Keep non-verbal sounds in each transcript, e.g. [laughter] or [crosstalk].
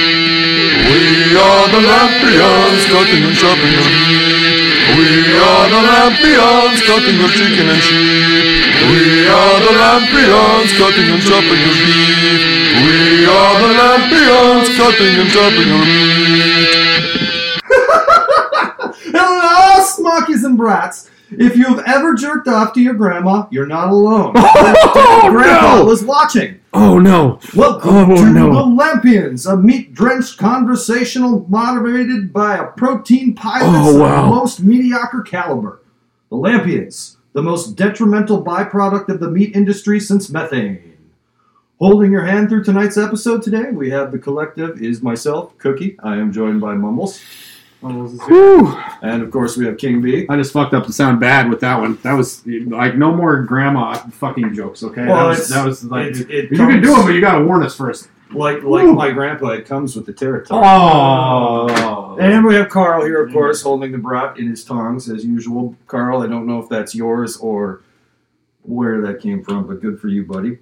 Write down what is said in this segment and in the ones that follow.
We are the Lampions, cutting and chopping and We are the Lampions, cutting of chicken and sheep. We are the Lampions, cutting and chopping of beef. We are the Lampions, cutting and chopping of meat. Hello, smokies and brats. If you've ever jerked off to your grandma, you're [laughs] not alone. Oh, grandma Oh, no! was watching. Oh no! Welcome Oh, to no. the Lampions, a meat-drenched conversational moderated by a protein pilot Oh, of wow. the most mediocre caliber. The Lampions, the most detrimental byproduct of the meat industry since methane. Holding your hand through tonight's episode today, we have the collective is myself, Cookie. I am joined by Mumbles. Mumbles is here. Whew. And of course, we have King B. I just fucked up the sound bad with that one. That was like no more grandma fucking jokes. Okay, Well, that, was, it's- that was like it- it you can comes- do it, but you gotta warn us first. Like like Ooh. my grandpa, it comes with the territory. Oh, And we have Carl here, of course, holding the brat in his tongs as usual. Carl, I don't know if that's yours or where that came from, but good for you, buddy.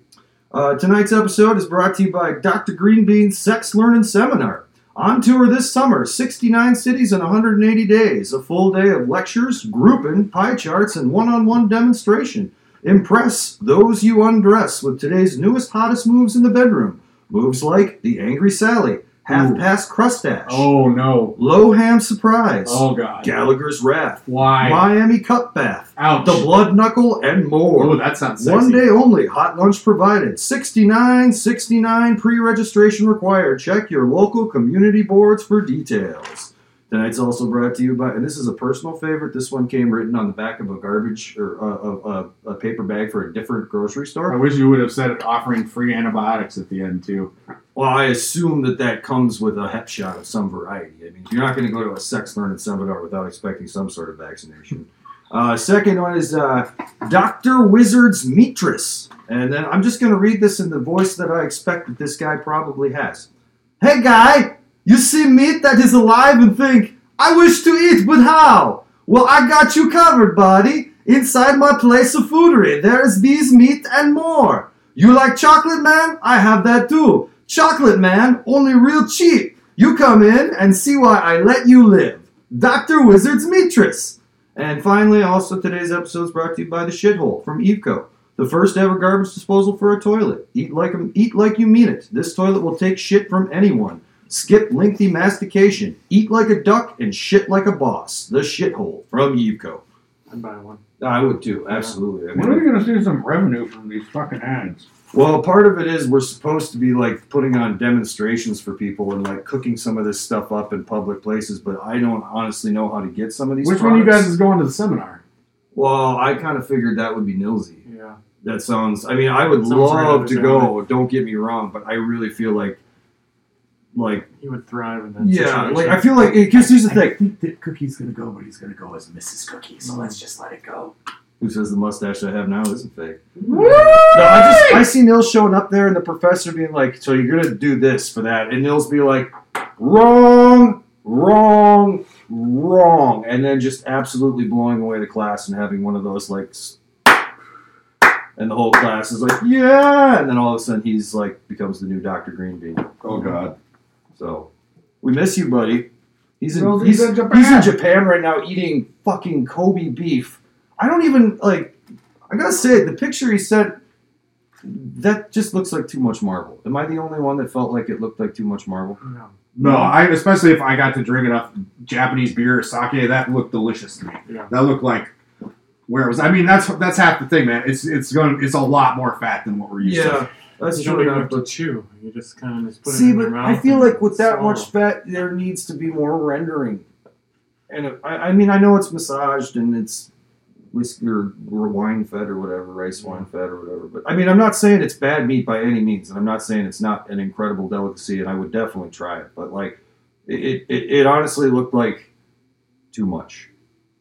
Uh, tonight's episode is brought to you by Dr. Greenbean's Sex Learning Seminar. On tour this summer, 69 cities in 180 days, a full day of lectures, grouping, pie charts, and one on one demonstration. Impress those you undress with today's newest, hottest moves in the bedroom. Moves like the Angry Sally, Half Ooh. Past Crustash. oh no! Loham Surprise, Oh god! Gallagher's Wrath, Why? Miami Cup Bath, Ouch! The Blood Knuckle, and oh, more. that sounds sexy. One day only, hot lunch provided. 69 69 pre registration required. Check your local community boards for details. Tonight's also brought to you by, and this is a personal favorite. This one came written on the back of a garbage or uh, a, a, a paper bag for a different grocery I store. wish you would have said it offering free antibiotics at the end too. Well, I assume that that comes with a hep shot of some variety. I mean, you're not going to go to a sex learning seminar without expecting some sort of vaccination. Uh, second one is uh, Dr. Wizard's Mistress. And then I'm just going to read this in the voice that I expect that this guy probably has. Hey, guy, you see meat that is alive and think, I wish to eat, but how? Well, I got you covered, buddy. Inside my place of foodery, there is bees, meat, and more. You like chocolate, man? I have that too. Chocolate, man, only real cheap. You come in and see why I let you live. Dr. Wizard's Mistress. And finally, also today's episode is brought to you by the Shithole from Eveco, the first ever garbage disposal for a toilet. Eat like eat like you mean it. This toilet will take shit from anyone. Skip lengthy mastication. Eat like a duck and shit like a boss. The Shithole from Eveco. I'd buy one. I would too, absolutely. I mean, gonna see some revenue from these fucking ads? Well, part of it is we're supposed to be like putting on demonstrations for people and like cooking some of this stuff up in public places, but I don't honestly know how to get some of these. Which one of you products. guys is going to the seminar? Well, I kind of figured that would be Nilsy. Yeah. That sounds. I mean, I would Sounds right up love his to go. Don't get me wrong, but I really feel like, like, He would thrive in that yeah, situation. like I feel like because here's the thing. think that Cookie's gonna go, but he's gonna go as Mrs. Cookie, so let's just let it go. Who says the mustache I have now isn't fake? No, I just I see Nils showing up there and the professor being like, "So you're gonna do this for that," and Nils be like, "Wrong, wrong, wrong," and then just absolutely blowing away the class and having one of those like, s- and the whole class is like, "Yeah," and then all of a sudden he's like becomes the new Doctor Greenbean. Oh god. So we miss you, buddy. He's in, Well, he's he's, he's in in Japan. Japan right now eating fucking Kobe beef. I don't even like. I gotta say, the picture he sent that just looks like too much marble. Am I the only one that felt like it looked like too much marble? No. No, I especially if I got to drink enough Japanese beer or sake, that looked delicious to me. Yeah. That looked like where it was. I mean, that's that's half the thing, man. It's it's going it's a lot more fat than what we're used to. that's you don't true even have enough. to But chew. You just kind of just put it see, in your but mouth. I feel and like with that swallow. much fat, there needs to be more rendering. And it, I, I mean, I know it's massaged and it's whiskey or, or wine fed or whatever, rice wine fed or whatever. But I mean, I'm not saying it's bad meat by any means, and I'm not saying it's not an incredible delicacy, and I would definitely try it. But like, it it, it honestly looked like too much.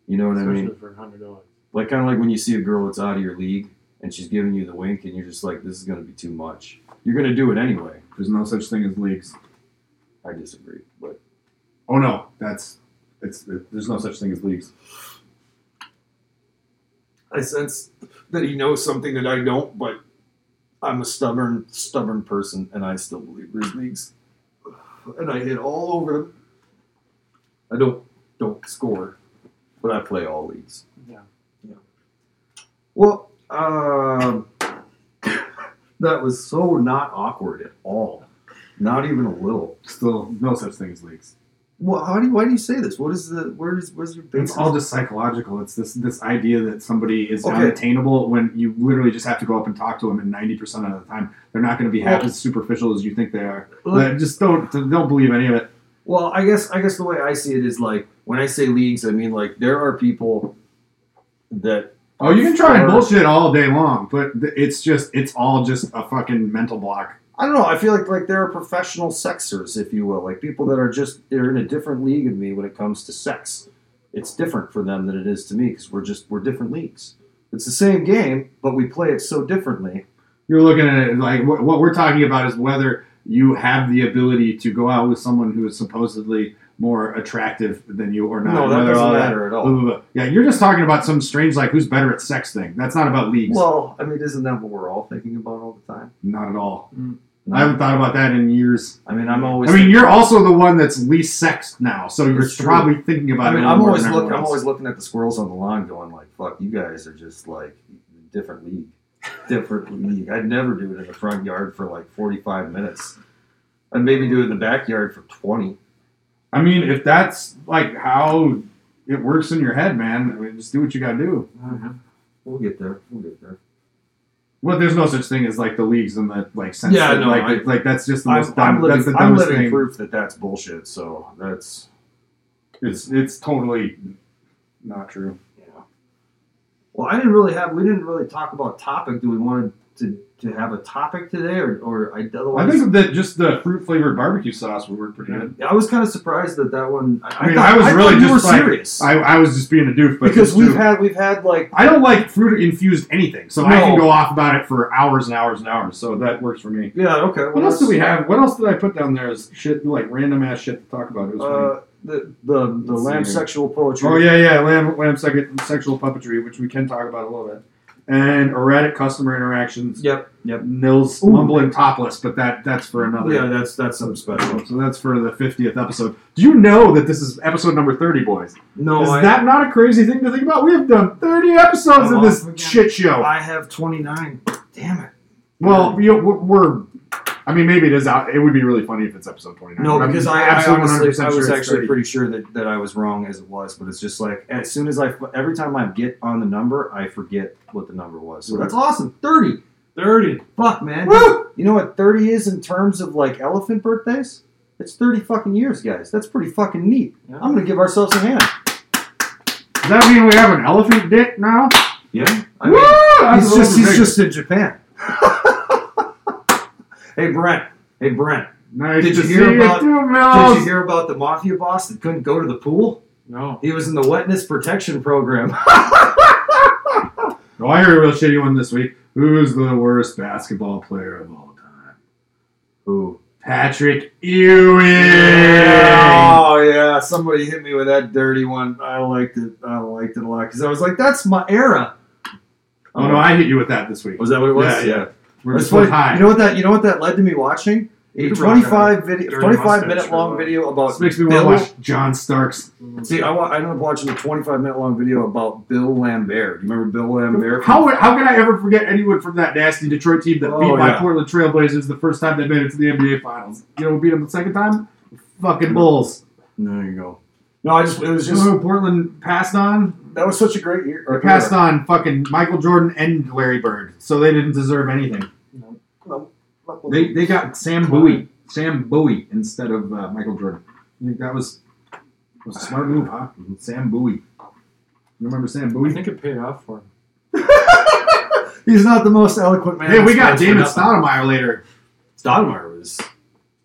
You know what I Especially mean? for hundred dollars. Like kind of like when you see a girl that's out of your league and she's giving you the wink, and you're just like, this is gonna be too much. You're gonna do it anyway. There's no such thing as leagues. I disagree, but. Oh no, that's it's there's no such thing as leagues. I sense that he knows something that I don't, but I'm a stubborn, stubborn person, and I still believe there's leagues, and I hit all over them. I don't don't score, but I play all leagues. Yeah. yeah. Well, um, [coughs] that was so not awkward at all, not even a little. Still, no such thing as leaks. Well, how do you, why do you say this? What is the where is where's your It's basis? all just psychological. It's this this idea that somebody is Okay. unattainable when you literally just have to go up and talk to them, and ninety percent of the time they're not going to be half Well- as superficial as you think they are. Look- Like, just don't don't believe any of it. Well, I guess I guess the way I see it is like when I say leagues, I mean like there are people that Oh, you can try and Or- bullshit all day long, but th- it's just it's all just a fucking mental block. I don't know. I feel like like there are professional sexers, if you will, like people that are just they're in a different league than me when it comes to sex. It's different for them than it is to me because we're just we're different leagues. It's the same game, but we play it so differently. You're looking at it like what, what we're talking about is whether you have the ability to go out with someone who is supposedly more attractive than you or not. No, and that whether all doesn't that- matter at Blah, all. blah, blah. Yeah, you're just talking about some strange like who's better at sex thing. That's not about leagues. Well, I mean, isn't that what we're all thinking about all the time? not at all. I haven't thought about that in years. I mean, I'm always. I mean, you're also the one that's least sexed now, so you're It's true. probably thinking about I mean, it. I'm more always than looking. everyone I'm else. always looking at the squirrels on the lawn, going like, "Fuck, you guys are just like different league, different league." I'd never do it in the front yard for like 45 minutes. I'd maybe do it in the backyard for 20. I mean, if that's like how it works in your head, man, I mean, just do what you got to do. We'll get there. We'll get there. Well, there's no such thing as like the leagues in the like sense. Yeah, that, no, like, I- it- like that's just the I'm, most dumb. I'm living, that's the I'm dumbest living thing. proof that that's bullshit. So that's It's it's totally not true. yeah. Well, I didn't really have. We didn't really talk about topic. Do we want to to have a topic today, or or I otherwise? I think that just the fruit flavored barbecue sauce would work pretty good. Yeah, I was kind of surprised that that one. I, I mean, thought- I was thought really you just were like- serious. I, I was just being a doof, but because it's we've true. had we've had like I don't like fruit infused anything, so I No. can go off about it for hours and hours and hours. So that works for me. yeah okay. What else do we have? What else did I put down there as shit like random ass shit to talk about? It was funny. Uh, the the the Let's lamb see here. sexual poetry. Oh yeah, yeah, lamb, lamb sec- sexual puppetry, which we can talk about a little bit, and erratic customer interactions. Yep. Yep. Nils Ooh. mumbling topless, but that that's for another. Yeah, that's that's something special. So that's for the fiftieth episode. Do you know that this is episode number thirty, boys? No, is I, that not a crazy thing to think about? We have done thirty episodes I'm of this off again. shit show. I have twenty nine. Damn it. well, we, we're. I mean, maybe it is out. It would be really funny if it's episode twenty nine. No, because I, I absolutely honestly 100% I was sure it's actually 30. pretty sure that, that I was wrong as it was, but it's just like as soon as I every time I get on the number, I forget what the number was. So that's awesome. Thirty. 30. Fuck man. Woo! You know what thirty is in terms of like elephant birthdays? It's thirty fucking years, guys. That's pretty fucking neat. Yeah. I'm gonna give ourselves a hand. Does that mean we have an elephant dick now? Yeah. I Woo! mean, That's he's a just little he's bigger. just in Japan. [laughs] hey Brent. Hey Brent. Nice Did to you hear see about- you too, Did you Mills. hear about the mafia boss that couldn't go to the pool? No. He was in the wetness protection program. [laughs] Oh, I heard a real shitty one this week. Who's the worst basketball player of all time? Who? Patrick Ewing. Oh yeah, somebody hit me with that dirty one. I liked it. I liked it a lot because I was like, "That's my era." Um, Oh no, I hit you with that this week. was that what it was? Yeah, yeah. We're That's just so funny. high. You know what that? You know what that led to me watching a You could twenty-five dirty video, twenty-five mustache minute for long a video about. uh, this makes me want to Bill- watch John Starks. See, I, wa- I ended up watching a twenty-five minute long video about Bill Lambert. Do you remember Bill Lambert? How would- how can I ever forget anyone from that nasty Detroit team that Oh, beat my yeah. Portland Trailblazers the first time they made it to the NBA Finals? You know, who beat them the second time. Fucking Bulls. There you go. No, I just it was Just just who Portland passed on. that was such a great year. They passed on fucking Michael Jordan and Larry Bird, so they didn't deserve anything. They they got Sam Bowie, Sam Bowie instead of uh, Michael Jordan. I think that was was a smart move, huh? Sam Bowie. You remember Sam I Bowie? think it paid off for him. He's not the most eloquent man. Hey, we on got stage for Damon nothing. Stoudemire later. Stoudemire was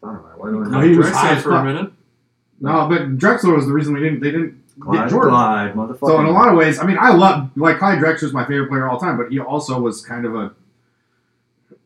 Stoudemire. Why don't I No, know? he was Drexler high as for a fuck. minute. No, but Drexler was the reason we didn't they didn't Clyde, get Jordan. Clyde, motherfucker. So in a lot of ways, I mean, I love like Clyde Drexler's my favorite player of all time, but he also was kind of a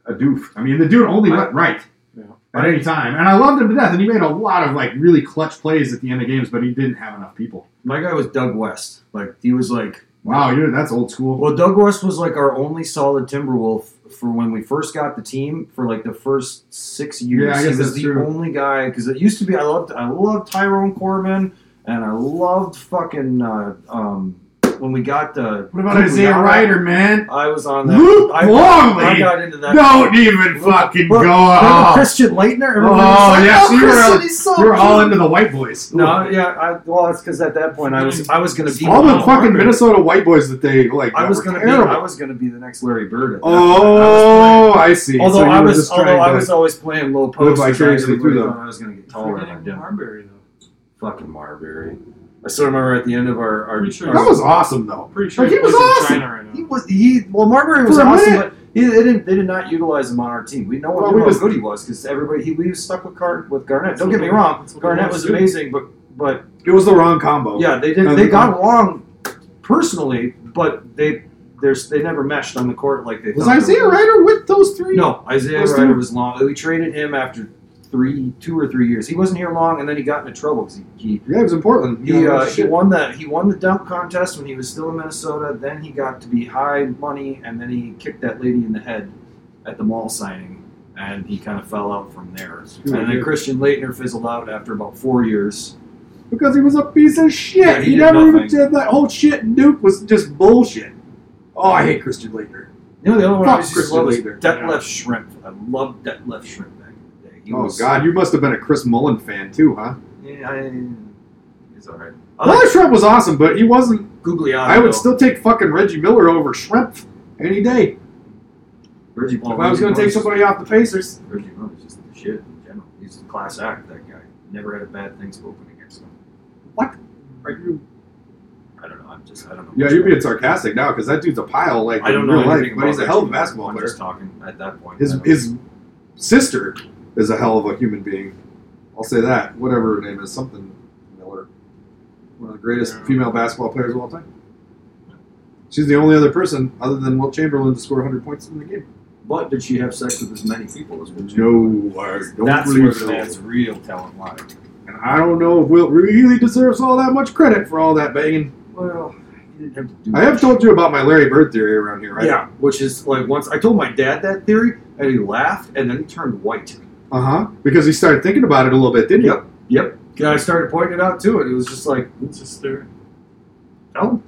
a doof. I mean, the dude only went right Yeah. at any time, and I loved him to death. And he made a lot of like really clutch plays at the end of games, but he didn't have enough people. my guy was Doug West. Like he was like, Wow, dude, that's old school. well, Doug West was like our only solid Timberwolf for when we first got the team for like the first six years. Yeah, I he guess was that's the true. only guy because it used to be I loved I loved Tyrone Corbin and I loved fucking uh, um, when we got the What about when we Isaiah got- Ryder, man? I was on that. Luke I, I Longley! got into that. Don't even Look- fucking go look, Remember off. Christian Leitner? Everybody Oh, was like, yes, you were Christian, all- he's so You're all good." into the white boys. No, yeah, I, well, it's because at that point I was I was gonna be All the Lamar fucking Bird. Minnesota white boys that they like. I that was were gonna be terrible. I was gonna be the next Larry Bird. at that point. I was playing- Oh, I see. Although so you I were was, just although trying I to- was always playing low post, because vicariously everybody through them. thought I was going to get taller than I did. Marbury, though. Fucking Marbury. I still remember at the end of our, our, Pretty sure our- that was awesome though. I'm Oh, pretty sure Like, he plays was in awesome. China right he now. was he well Marbury was For a awesome, minute. but he, they didn't they did not utilize him on our team. We know Well, what we how just- good he was because everybody he we was stuck with Car, with Garnett. That's Don't what get me they- wrong, that's what they Garnett want was to do. amazing, but but It was the wrong combo. yeah they did And they the- got along personally, but they there's they never meshed on the court like they Was thought they Isaiah would. Ryder with those three? No, Isaiah Was Ryder there- was long. We traded him after three, two or three years. He wasn't here long, and then he got into trouble because he Yeah, he was in Portland. he, he, Yeah, uh, he shit. won the he won the dunk contest when he was still in Minnesota. Then he got to be high money, and then he kicked that lady in the head at the mall signing, and he kind of fell out from there. Yeah, and then yeah. Christian Leitner fizzled out after about four years. because he was a piece of shit. Yeah, he he did never even nothing. did that whole shit. Nuke was just bullshit. Oh, I hate Christian Leitner. You know the other one I Fuck was just Christian love was Leitner. Detlef Shrimp. I loved Detlef Shrimp back in the day. He Oh was, God, you must have been a Chris Mullen fan too, huh? Yeah, I, he's all right. I Another like Shrimp was awesome, but he wasn't. googly eyed. I though. would still take fucking Reggie Miller over Shrimp any day. Reggie Ball. If I was Reggie going to take Ball- somebody off the Pacers, Reggie Ball is just the shit in general. He's a class act. That guy never had a bad thing spoken against him. are you? I don't know. I'm just. I don't know. Yeah, you're being sarcastic now because that dude's a pile. Like I don't in know real life, anything but he's about a hell of a Reggie Ball. basketball I'm player. just talking at that point. I His don't- his sister is a hell of a human being. I'll say that. Whatever her name is, something Miller, one of the greatest Yeah. female basketball players of all time. She's the only other person other than Wilt Chamberlain to score 100 points in the game. but did she have sex with as many people as Reggie? No, I don't That's where believe the so. man's real talent lies. And I don't know if Wilt really deserves all that much credit for all that banging. Well, he didn't have to do. I have told you about my Larry Bird theory around here, right? Yeah, which is like once I told my dad that theory, and he laughed, and then he turned white. Uh huh. Because he started thinking about it a little bit, didn't he? Yep. Yep. Yeah, I started pointing it out to it. It was just like, It's just there. oh,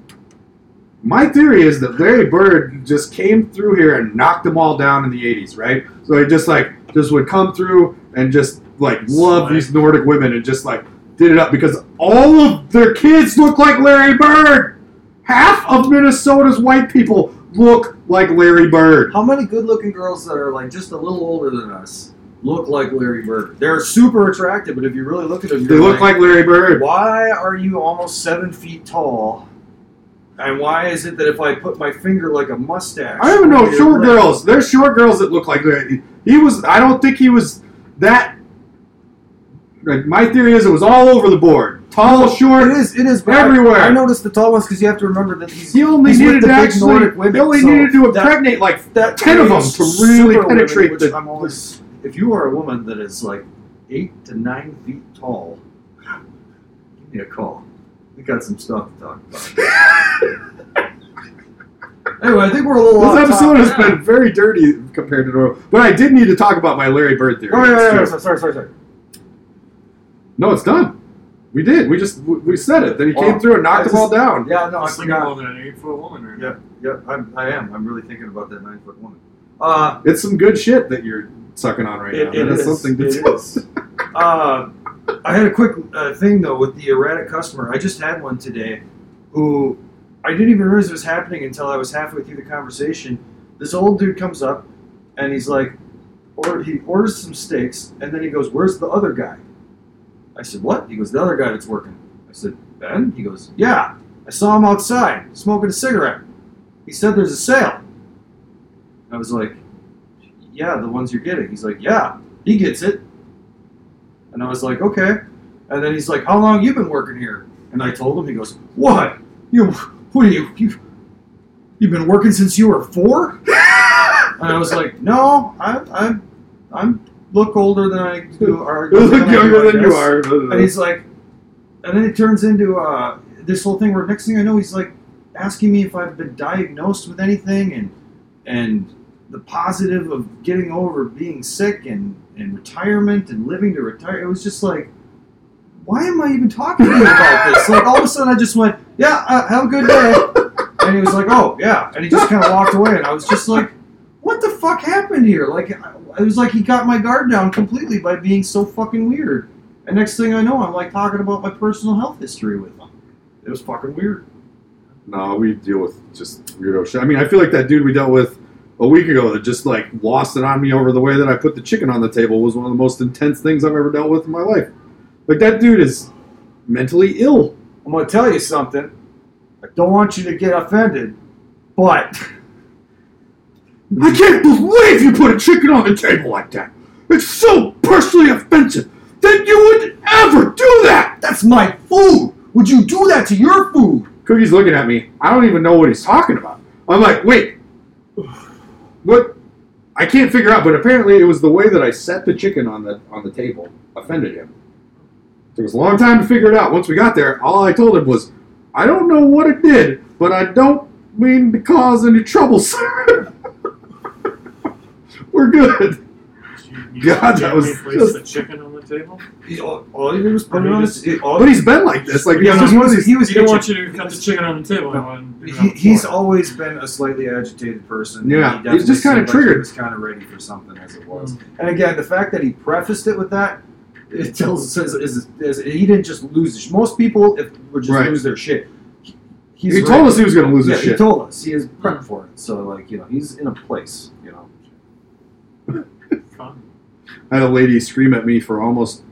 My theory is that Larry Bird just came through here and knocked them all down in the 80s, right? So he just like just would come through and just like love Slay. these Nordic women and just like did it up because all of their kids look like Larry Bird. Half of Minnesota's white people look like Larry Bird. How many good-looking girls that are like just a little older than us look like Larry Bird? They're super attractive, but if you really look at them, They you're look like Larry Bird. Why are you almost seven feet tall? And why is it that if I put my finger like a mustache? I don't know you're short like- girls. There's short girls that look like Larry. He was. I don't think he was that. Like my theory is, it was all over the board. Tall, short, It is. It is but I- Everywhere. I, noticed the tall ones because you have to remember that he's He only He's with needed the to big actually. Nordic women, he only so needed to that- impregnate like that 10 of them is to really super penetrate Women, which the- I'm always. If you are a woman that is like eight to nine feet tall, give me a call. We got some stuff to talk about. [laughs] anyway, I think we're a little this off episode topic. has been very dirty compared to normal. But I did need to talk about my Larry Bird theory. Oh, wait, wait, wait, wait, It's [laughs] true. sorry, sorry, sorry, sorry. No, it's done. We did. We just we- we said it. Then he Oh, came through and I knocked them just- all down. Yeah, no, I I'm thinking forgot. more than an eight foot woman right Yeah, now. yeah, I'm, I am. I'm really thinking about that nine foot woman. Uh, It's some good shit that you're sucking on right it, now. it That is is, something to it is. Uh, I had a quick uh, thing though with the erratic customer. I just had one today, who I didn't even realize it was happening until I was halfway through the conversation. This old dude comes up, and he's like, or he orders some steaks, and then he goes, "Where's the other guy?" I said, "What?" He goes, "The other guy that's working." I said, "Ben?" He goes, "Yeah, I saw him outside smoking a cigarette. He said there's a sale." I was like, "Yeah, the ones you're getting." He's like, "Yeah." He gets it. And I was like, okay. And then he's like, how long you been working here? And I told him, he goes, what? You, what are you, you, you've been working since you were four? [laughs] and I was like, no, I, I, I'm look older than I do. Or You [laughs] look I do, I younger than you guess. are. And he's like, and then it turns into uh, this whole thing where next thing I know, he's like asking me if I've been diagnosed with anything, and and the positive of getting over being sick and, and retirement and living to retire. It was just like, why am I even talking to you about this? Like all of a sudden, I just went, yeah, uh, have a good day. And he was like, oh yeah, and he just kind of walked away, and I was just like, what the fuck happened here? Like I- it was like he got my guard down completely by being so fucking weird. And next thing I know, I'm like talking about my personal health history with him. It was fucking weird. No, we deal with just weirdo shit. I mean, I feel like that dude we dealt with a week ago that just like lost it on me over the way that I put the chicken on the table was one of the most intense things I've ever dealt with in my life. Like that dude is mentally ill. I'm gonna tell you something. I don't want you to get offended, but I can't believe you put a chicken on the table like that. It's so personally offensive that you would ever do that. that's my food. Would you do that to your food? Cookie's looking at me. I don't even know what he's talking about. I'm like, wait, what? I can't figure out. But apparently, it was the way that I set the chicken on the on the table offended him. Took us a long time to figure it out. Once we got there, all I told him was, I don't know what it did, but I don't mean to cause any trouble, sir. [laughs] We're good. You- [laughs] you God, that can't was replace just- the chicken on the table. He- All, all he did was put it on his. it- all- But he's been like this. Like Yeah, he's just no, one of he these. was, he was He didn't itching. want you to cut the chicken on the table. No. and leave it on He, the he's floor. always been a slightly agitated person. Yeah, He definitely he's just kinda seemed like he triggered. was kind of ready for something as it was. And again, the fact that he prefaced it with that, it tells us is, is, he didn't just lose. His, most people if, would just Right. lose their shit. He- He's He ready. told us he was going to lose yeah, his he shit. told us he is prepped for it. So like you know, he's in a place. You know, Fun. I had a lady scream at me for almost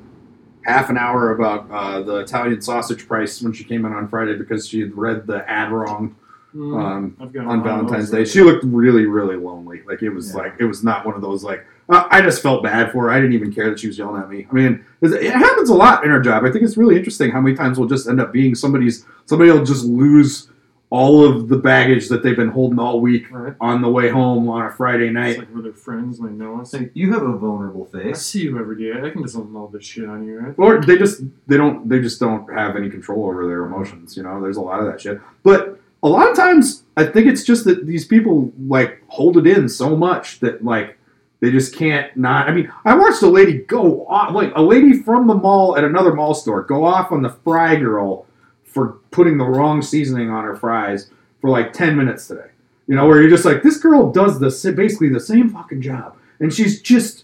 half an hour about uh, the Italian sausage price when she came in on Friday because she had read the ad wrong Mm. um, I've got a lot on of those Valentine's Day. lately. She looked really, really lonely. Like it was Yeah. like it was not one of those like uh, I just felt bad for her. I didn't even care that she was yelling at me. I mean, it's- it happens a lot in our job. I think it's really interesting how many times we'll just end up being somebody's. Somebody will just lose all of the baggage that they've been holding all week Right. on the way home on a Friday It's night. like we're their friends and they know us. you have a vulnerable I face. see you every day. I can just unload this shit on you, right? or they just they don't they just don't have any control over their emotions you know there's a lot of that shit but a lot of times i think it's just that these people like hold it in so much that like they just can't not i mean i watched a lady go off like a lady from the mall at another mall store go off on the fry girl for putting the wrong seasoning on her fries for like 10 minutes today you know where you're just like this girl does the sa- basically the same fucking job and she's just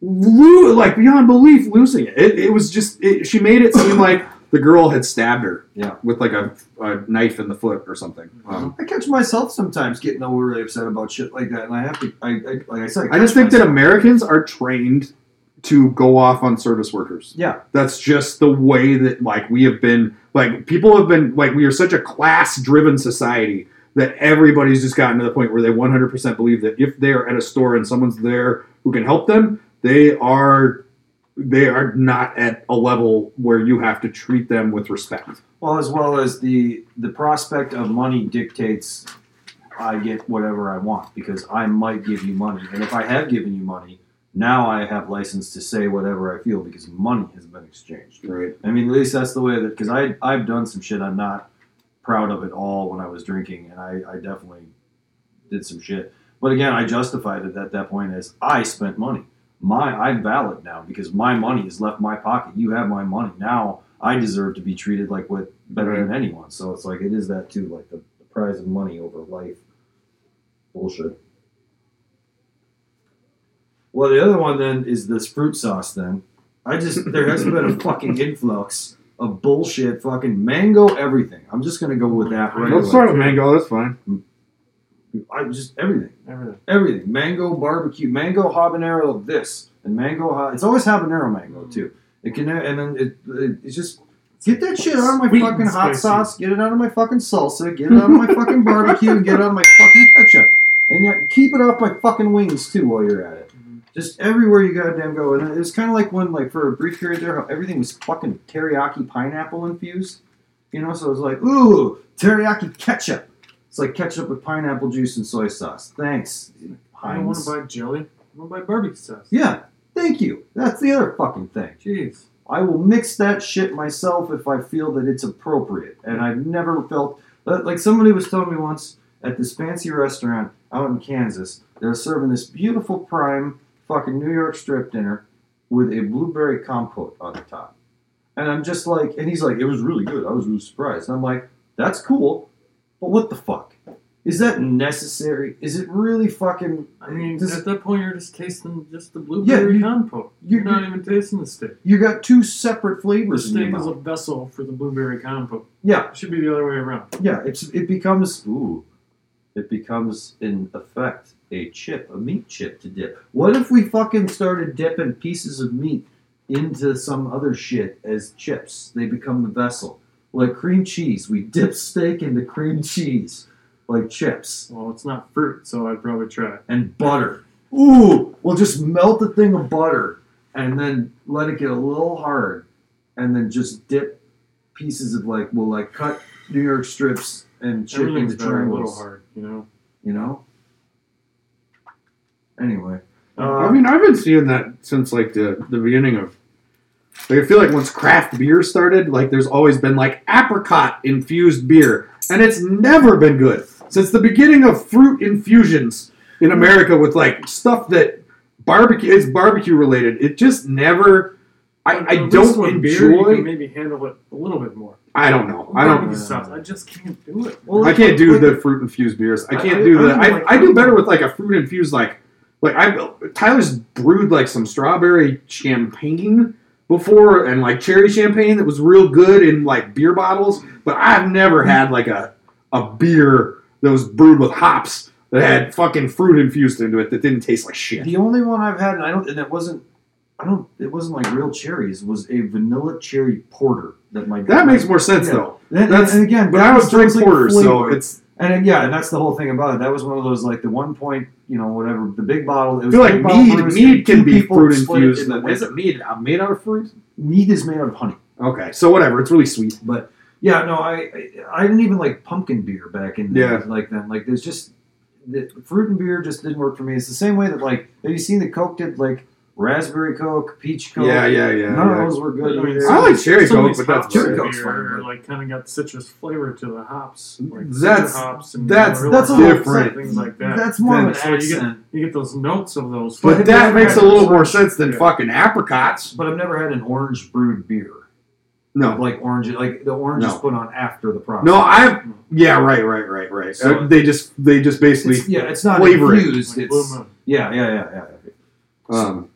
lo- like beyond belief losing it. It, it was just it, she made it seem like the girl had stabbed her Yeah. Mm-hmm. with like a, a knife in the foot or something. Um, I catch myself sometimes getting overly upset about shit like that, and I have to. I, I like I said, I just think that Americans are trained to go off on service workers. Yeah. that's just the way that like we have been like people have been like we are such a class driven society that everybody's just gotten to the point where they 100% believe that if they are at a store and someone's there who can help them they are they are not at a level where you have to treat them with respect Well, as well as the the prospect of money dictates I get whatever I want because I might give you money, and if I have given you money, now I have license to say whatever I feel because money has been exchanged. right I mean, at least that's the way that because I I've done some shit I'm not proud of at all when I was drinking, and I, I definitely did some shit. But again, I justified it at that point as I spent money. My I'm valid now because my money has left my pocket. You have my money now. I deserve to be treated like what better than anyone. So it's like it is that too, like the, the prize of money over life. Bullshit. Well, the other one then is this fruit sauce. Then I just there has been a fucking influx of bullshit, fucking mango everything. I'm just gonna go with that right let's away. start with mango that's fine I just everything, Everything. everything. Mango barbecue, mango habanero, this and mango. Ha- it's always habanero Mm. mango too. It can and then it, it it's just get that shit out of my Sweet and fucking hot spicy. sauce. Get it out of my fucking salsa. Get it out of my fucking [laughs] barbecue. And get it out of my fucking ketchup. And yet keep it off my fucking wings too while you're at it. Mm-hmm. Just everywhere you goddamn go. And it was kind of like when like for a brief period there, how everything was fucking teriyaki pineapple infused. You know, so it was like ooh teriyaki ketchup. It's like ketchup with pineapple juice and soy sauce. Thanks. I don't want Heinz. to buy jelly. I want to buy barbecue sauce. Yeah, thank you. That's the other fucking thing. Jeez. I will mix that shit myself if I feel that it's appropriate. And I've never felt uh, like somebody was telling me once at this fancy restaurant out in Kansas They were serving this beautiful prime fucking New York strip dinner with a blueberry compote on the top. And I'm just like, and he's like, it was really good. I was really surprised. And I'm like, that's cool, but what the fuck? Is that necessary? Is it really fucking? I mean, Does- at that point, you're just tasting just the blueberry you- compote. you- You're not even tasting the steak. You got two separate The flavors in your steak is a mouth. vessel for the blueberry compote. Yeah, It should be the other way around. yeah. It's it becomes ooh, it becomes in effect a chip, a meat chip to dip. What if we fucking started dipping pieces of meat into some other shit as chips? They become the vessel, like cream cheese. We dip steak into cream cheese, like chips Well, it's not fruit, so I'd probably try it. and butter. Ooh, we'll just melt a thing of butter and then let it get a little hard, and then just dip pieces of like we'll like cut New York strips and chip Everything's into better a little triangles. hard, you know? You know. Anyway, I uh, Um, mean, I've been seeing that since like the, the beginning of. Like, I feel like once craft beer started, like there's always been like apricot infused beer, and it's never been good since the beginning of fruit infusions in America with like stuff that barbecue is barbecue related. It just never. But I, I at least don't with Beer, you enjoy. can maybe handle it a little bit more. I don't know. I don't. Barbecue sauce, I just can't do it. well, I like- can't do like- the fruit infused beers. I I- can't I- do I the. don't I, like I do fruit. better with like a fruit infused like like I Tyler's brewed like some strawberry champagne before and like cherry champagne that was real good in like beer bottles. But I've never had like a a beer that was brewed with hops that had fucking fruit infused into it that didn't taste like shit. The only one I've had, and I don't, and it wasn't, I don't, it wasn't like real cherries. Was a vanilla cherry porter that my That makes more sense Yeah. though. And, that's- and again, But that I was don't drink totally porters, so flavored. it's. And then, yeah, and that's the whole thing about it. That was one of those like the one point, you know, whatever the big bottle. It I was feel big like bottle mead. brews, Mead two can be people fruit split it infused. in the Is winter. it mead uh, made out of fruit? Mead is made out of honey. Okay, so whatever. It's really sweet. But yeah, no, I I, I didn't even like pumpkin beer back in the, Yeah. like then. Like there's just the fruit and beer just didn't work for me. It's the same way that like have you seen the Coke did like raspberry Coke, peach Coke? Yeah, yeah, yeah. None yeah. of those were good. I mean, I like cherry Some of coke, but these that's hops in cherry Coke. cherry coke. Coke's beer, fine, but- like kind of got citrus flavor to the hops. Like That's- cider hops and that's- Amarillo that's a hops little and different. Things like that. That's more Then of an so you get- accent. you get those notes of those. But flavors. that makes a little more sense than Yeah. fucking apricots. But I've never had an orange brewed beer. No, Like orange, like the orange is No. put on after the process. no, I. Yeah, right, right, right, right. So- Uh, they just, they just basically. It's- yeah, it's not flavor it. infused. Like Blue it's Moon. yeah, yeah, yeah, yeah. yeah. Um,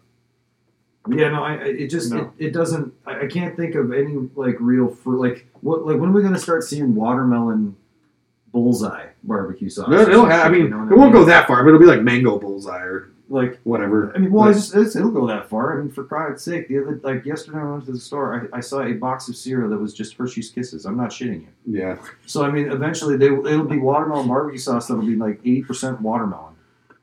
Yeah, no, I, I it just No. it, it doesn't. I, I can't think of any like real fruit. Like what? Like when are we gonna start seeing watermelon bullseye barbecue sauce? it'll, it'll have, I mean, it won't go that far, but it'll be like mango bullseye or Like whatever. I mean, well, it's, it's, it'll go that far. I mean, for God's sake, the other like yesterday I went to the store. I, I saw a box of cereal that was just Hershey's Kisses. I'm not shitting you. yeah, So I mean, eventually they it'll be watermelon barbecue sauce that'll be like eighty percent watermelon.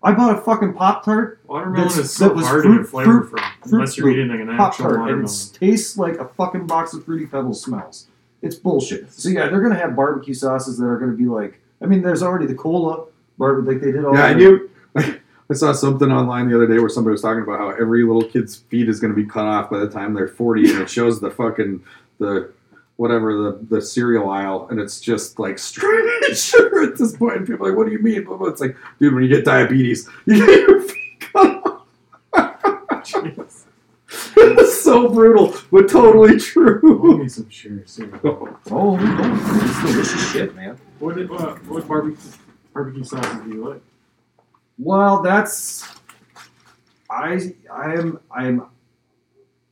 I bought a fucking pop tart Watermelon That's- is so that was hard fruit- to get flavor fruit- from, fruit unless you're loop. eating like an Pop actual Tart and watermelon. it tastes like a fucking box of Fruity Pebbles smells. It's bullshit. So yeah, they're gonna have barbecue sauces that are gonna be like. I mean, there's already the cola barbecue. Like they did all. yeah. I the- knew. [laughs] I saw something online the other day where somebody was talking about how every little kid's feet is going to be cut off by the time they're forty, and it shows the fucking the whatever the the cereal aisle, and it's just like [laughs] straight sugar at this point. And people are like, "What do you mean?" Blah, blah. It's like, dude, when you get diabetes, [laughs] you get your feet cut off. [laughs] Jeez. it's so brutal, but totally Give true. me some sugar cereal. Oh, oh, it's delicious shit, man. What, did- what, what barbecue, barbecue sauces do you like? Well, that's. I I am I am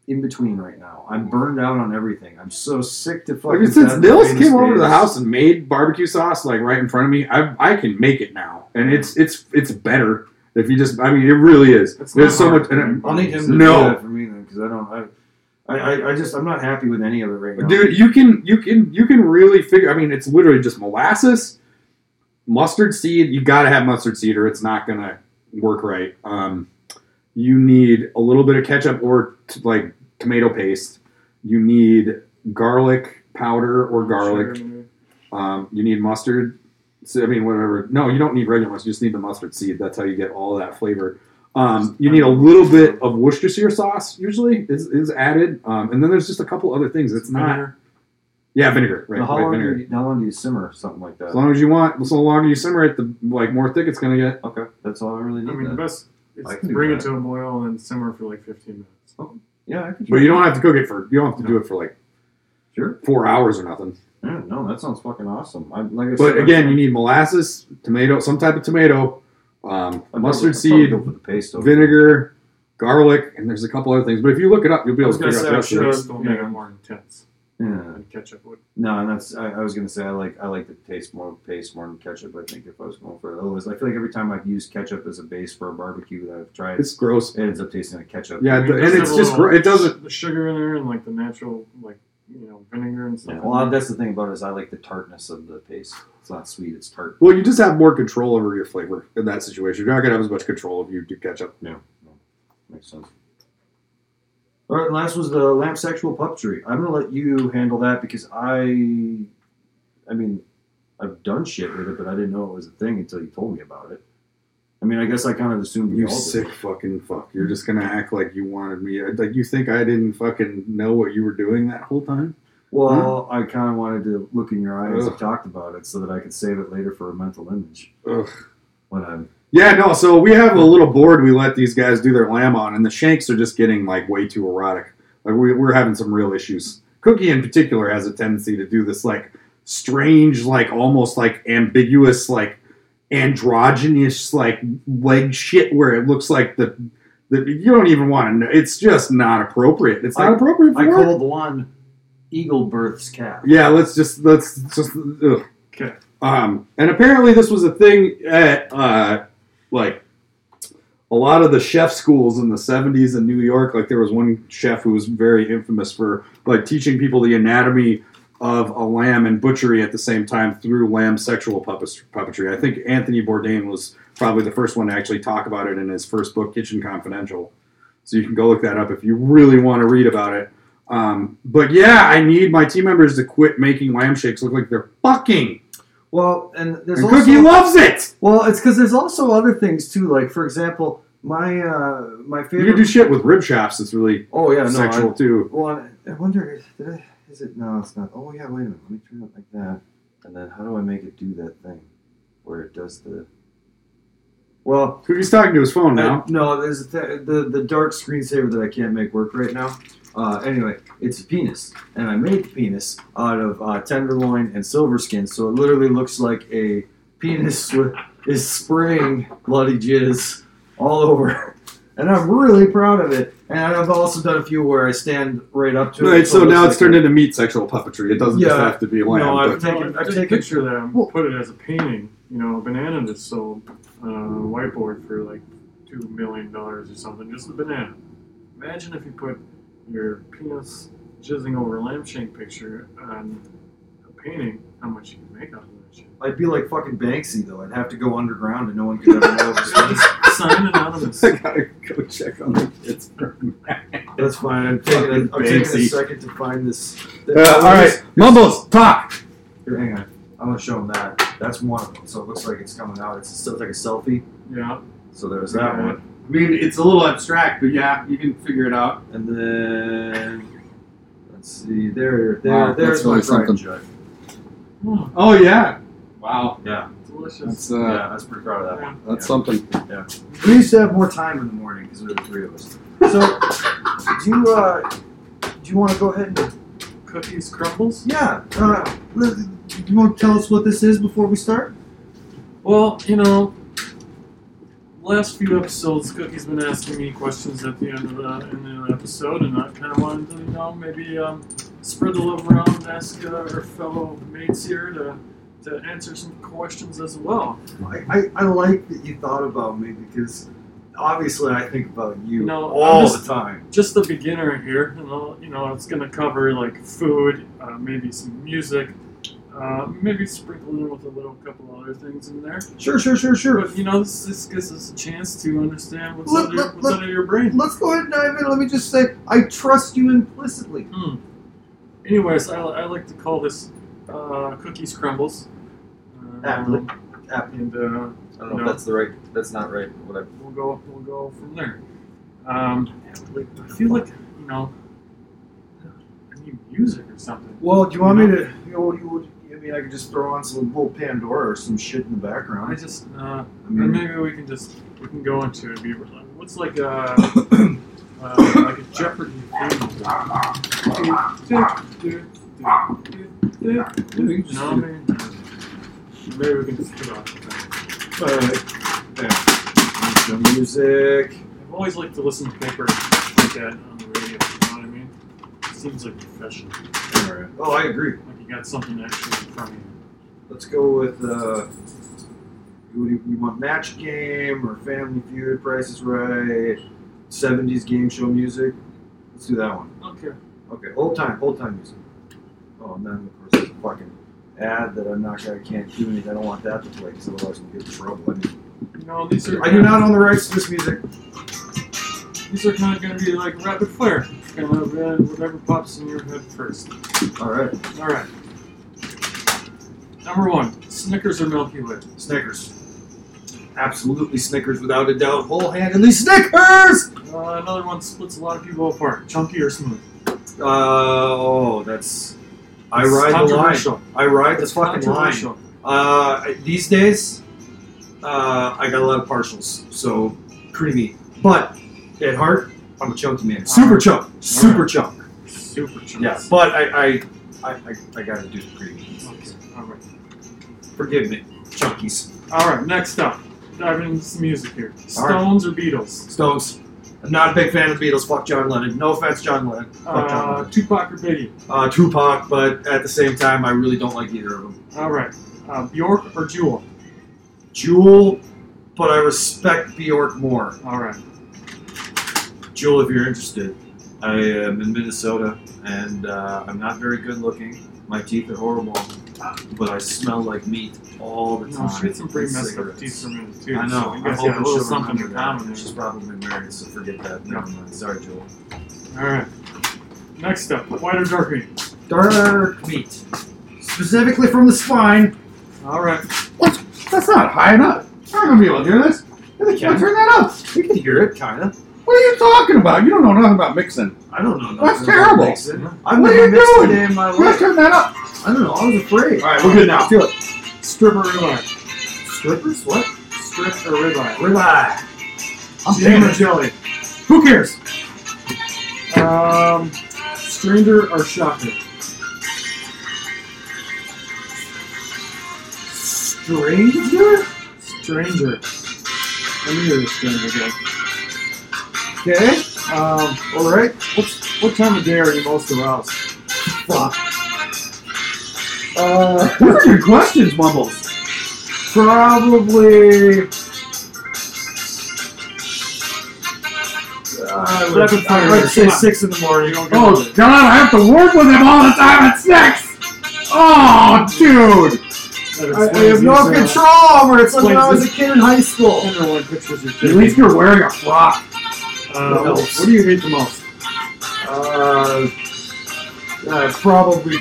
in between right now. I'm burned out on everything. I'm so sick to fucking. Like since death Nils of came these over to the days. house and made barbecue sauce like right in front of me, I I can make it now, and Mm. it's it's it's better if you just. I mean, it really is. It's There's not so hard. much. And I'll need him to No. do that for me then, because I don't. I, I, I, I just I'm not happy with any of it right now. Dude, you can you can you can really figure. I mean, it's literally just molasses, mustard seed. You gotta have mustard seed, or it's not gonna work right. Um, you need a little bit of ketchup or t- like tomato paste. You need garlic powder or garlic. Sugar, maybe. Um, you need mustard. So, I mean, whatever. No, you don't need regular mustard. You just need the mustard seed. That's how you get all that flavor. Um, you need a little bit of Worcestershire sauce. Usually is, is added, um, and then there's just a couple other things. It's not Vinegar. Yeah, vinegar. Right. Now, how, right, long vinegar. do you, how long do you simmer something like that? As long as you want, so the longer you simmer it, the like more thick it's gonna get. okay, that's all I really I need. mean, the then. best is I can do bring it that. to a boil and simmer for like 15 minutes. yeah, I could But try you that. don't have to cook it for. You don't have to do it for like Sure. four hours or nothing. Yeah, no, that sounds fucking awesome. I, like I But said, again, you need molasses, tomato, some type of tomato, um, I'd probably- mustard I'd probably seed, go for the paste over vinegar, garlic, and there's a couple other things. But if you look it up, you'll be I able was to gonna figure out say the I rest should of it. have made it more intense Yeah. than ketchup would. No, and that's I, I was gonna say I like I like the taste more of paste more than ketchup. I think if I was going for it, otherwise I feel like every time I've used ketchup as a base for a barbecue that I've tried, It's gross. it ends up tasting like ketchup. Yeah, I mean, the- it and does it's have a just little gro- it doesn't. sh- The sugar in there and like the natural like you know vinegar and stuff. Yeah, in Well, there. that's the thing about it is I like the tartness of the paste. It's not sweet; it's tart. Well, you just have more control over your flavor in that situation. You're not gonna have as much control if you do ketchup. Makes sense. All right, last was the lamp sexual puppetry. I'm gonna let you handle that because I, I mean, I've done shit with it, but I didn't know it was a thing until you told me about it. I mean, I guess I kind of assumed we You all did. sick fucking fuck. You're just gonna act like you wanted me. Like you think I didn't fucking know what you were doing that whole time? Well, I kind of wanted to look in your eyes and Hmm? Ugh. talked about it so that I could save it later for a mental image Ugh. when I'm. Yeah, no. So we have a little board we let these guys do their lamb on, and the shanks are just getting like way too erotic. Like we, we're having some real issues. Cookie in particular has a tendency to do this like strange, like almost like ambiguous, like androgynous, like leg shit where it looks like the. the you don't even want to know. It's just not appropriate. It's I- not appropriate I for it. called one Eagle Births Cat. Yeah, let's just let's just. Ugh. Okay. Um, and apparently, this was a thing at uh, like a lot of the chef schools in the '70s in New York. Like there was one chef who was very infamous for like teaching people the anatomy of a lamb and butchery at the same time through lamb sexual puppet- puppetry. I think Anthony Bourdain was probably the first one to actually talk about it in his first book, Kitchen Confidential. So you can go look that up if you really want to read about it. Um, but yeah, I need my team members to quit making lamb shakes look like they're fucking. Well, and there's And also Cookie loves it. well, it's because there's also other things too. Like for example, my uh my You can favorite. do shit with rib shops. It's really oh yeah, no. sexual I, too. well, I I wonder if did I, is it no, it's not. Oh yeah, wait a minute. Let me turn it like that, and then how do I make it do that thing where it does the? Well, Cookie's talking to his phone Uh, now. no, there's the, the the dark screensaver that I can't make work right now. Uh, anyway, it's a penis, and I made the penis out of uh, tenderloin and silver skin, so it literally looks like a penis [laughs] with is spraying bloody jizz all over, and I'm really proud of it. And I've also done a few where I stand right up to it. Right, so it looks now it's like turned a- into meat sexual puppetry. It doesn't just Yeah. have to be lamb. No, I've but- taken- Well, I've just taken- picture that and Well- put it as a painting. You know, a banana that's sold on a whiteboard for like two million dollars or something. Just a banana. Imagine if you put your penis jizzing over a lamb shank picture on a painting. How much you can make out of that shit? I'd be like fucking Banksy though. I'd have to go underground, and no one could ever know. it was me. Just sign [laughs] anonymous. I gotta go check on the kids. [laughs] That's fine. I'm taking, a, I'm taking a Banksy. second to find this. Uh, all right, Mumbles, talk. Here, hang on. I'm gonna show him that. That's one of them. So it looks like it's coming out. It's still like a selfie. Yeah. So there's that Yeah. one. I mean, it's a little abstract, but yeah, you can figure it out. And then let's see. There, there, Wow, there's that's my really fried something. jug. Oh, Oh yeah. Wow. Yeah, delicious. That's uh, yeah. I was pretty proud of that one. Yeah. that's yeah. something. We used to have more time in the morning because there were three of us. So do you uh, do you want to go ahead and Cookies crumbles. yeah? Uh, let- do you want to tell us what this is before we start? Well, you know, last few episodes, Cookie's been asking me questions at the end of the, in the episode, and I kind of wanted to, you know, maybe um, spread the love around and ask uh, our fellow mates here to, to answer some questions as well. I, I, I like that you thought about me because obviously I think about you No, I'm all just- the time. Just the beginner here, you know, you know it's going to cover like food, uh, maybe some music, uh, maybe sprinkle in with a little couple other things in there. Sure, sure, sure, sure. But, you know, this, this gives us a chance to understand what's, Look, under, look, what's look. under your brain. Let's go ahead and dive in. Let me just say, I trust you implicitly. Hmm. Anyways, I, I like to call this uh, cookies crumbles. Um, Aptly. Aptly. And uh, I don't know if No. that's the right. That's not right. Whatever. we'll go we'll go from there. Um, I feel like you know I need music or something. Well, do you want me to? You know, you would. I mean, I could just throw on some little Pandora or some shit in the I background. just, uh, I or mean, maybe we can just we can go into it. and be like, What's like a uh, like a Jeopardy theme? you You know what I mean? Maybe we can just put on something. All right. There. There's Some music. I've always liked to listen to paper like that on the radio. You know what I mean? It seems like professional. All right. Oh, I agree. Like you got something actually in front of you. Let's go with. Uh, what do you, you want Match Game or Family Feud, Price is Right, 70s game show music? Let's do that one. Okay. Okay, old time, old time music. Oh, and then of course there's a fucking ad that I'm not gonna can't do anything. I don't want that to play because otherwise we'll get in trouble. I, mean, No, these are I do not own the rights to this music. These are kind of going to be like rapid fire. Kind of uh, whatever pops in your head first. All right, All right. Number one, Snickers or Milky Way. Snickers. Absolutely Snickers without a doubt. Whole handedly Snickers. Uh, another one splits a lot of people apart. Chunky or smooth? Uh oh, that's. I It's ride the line. controversial. I ride the fucking line. Controversial. Uh, these days, uh, I got a lot of partials, so creamy. But at heart, I'm a chunky man. Super chunk. Super chunk. Super chunky. Yeah, but I, I, I, I, I gotta do the creamy. Okay. All right. Forgive me, chunkies. All right. Next up, diving into some music here. All right. Stones or Beatles? Stones. I'm not a big fan of the Beatles. Fuck John Lennon. No offense, John Lennon. Fuck John Uh, Lennon. Tupac or Biggie? Uh, Tupac, but at the same time, I really don't like either of them. All right. Uh, Bjork or Jewel? Jewel, but I respect Bjork more. All right. Jewel, if you're interested, I am in Minnesota, and uh, I'm not very good looking. My teeth are horrible, but I smell like meat all the time. No, she had some pretty with Oh, messed up cigarettes. teeth for me too. I know. So you I'm guys got a hoping little she'll something in remember that. common. She's there. probably married, so forget that. Never mind. Sorry, Joel. All right. Next up, white or dark meat? Dark meat, specifically from the spine. All right. That's not high enough. I'm not gonna be able to hear this. Where the fuck turn that up? You can hear it, kind of. What are you talking about? You don't know nothing about mixing. I don't know. That's nothing about terrible. mixing. I've What are never you mixed doing? a day in my Where life. turn that up? I don't know. I was afraid. All right, we're good now. Feel it. Strip or ribeye? Strippers? What? Strip or ribeye? Ribeye. I'm Jam or damaged. jelly? Who cares? Um, stranger or shocker? Stranger? Stranger. Let me hear this stranger again. Okay. Um, All right. what's, what time of day are you most aroused? Fuck. [laughs] Uh, What are your questions, Mumbles? probably. I would, Rapid fire, I would say come on. six in the morning. Oh God, I have to work with him all the time at six. Oh, dude. That I, I have explains no these, control over it. uh, It's like when I was a Explains kid in high Uh, school. Wonder what pictures you're At least taking. you're wearing a frock. Uh, what, else? what do you hate the most? Uh, uh, probably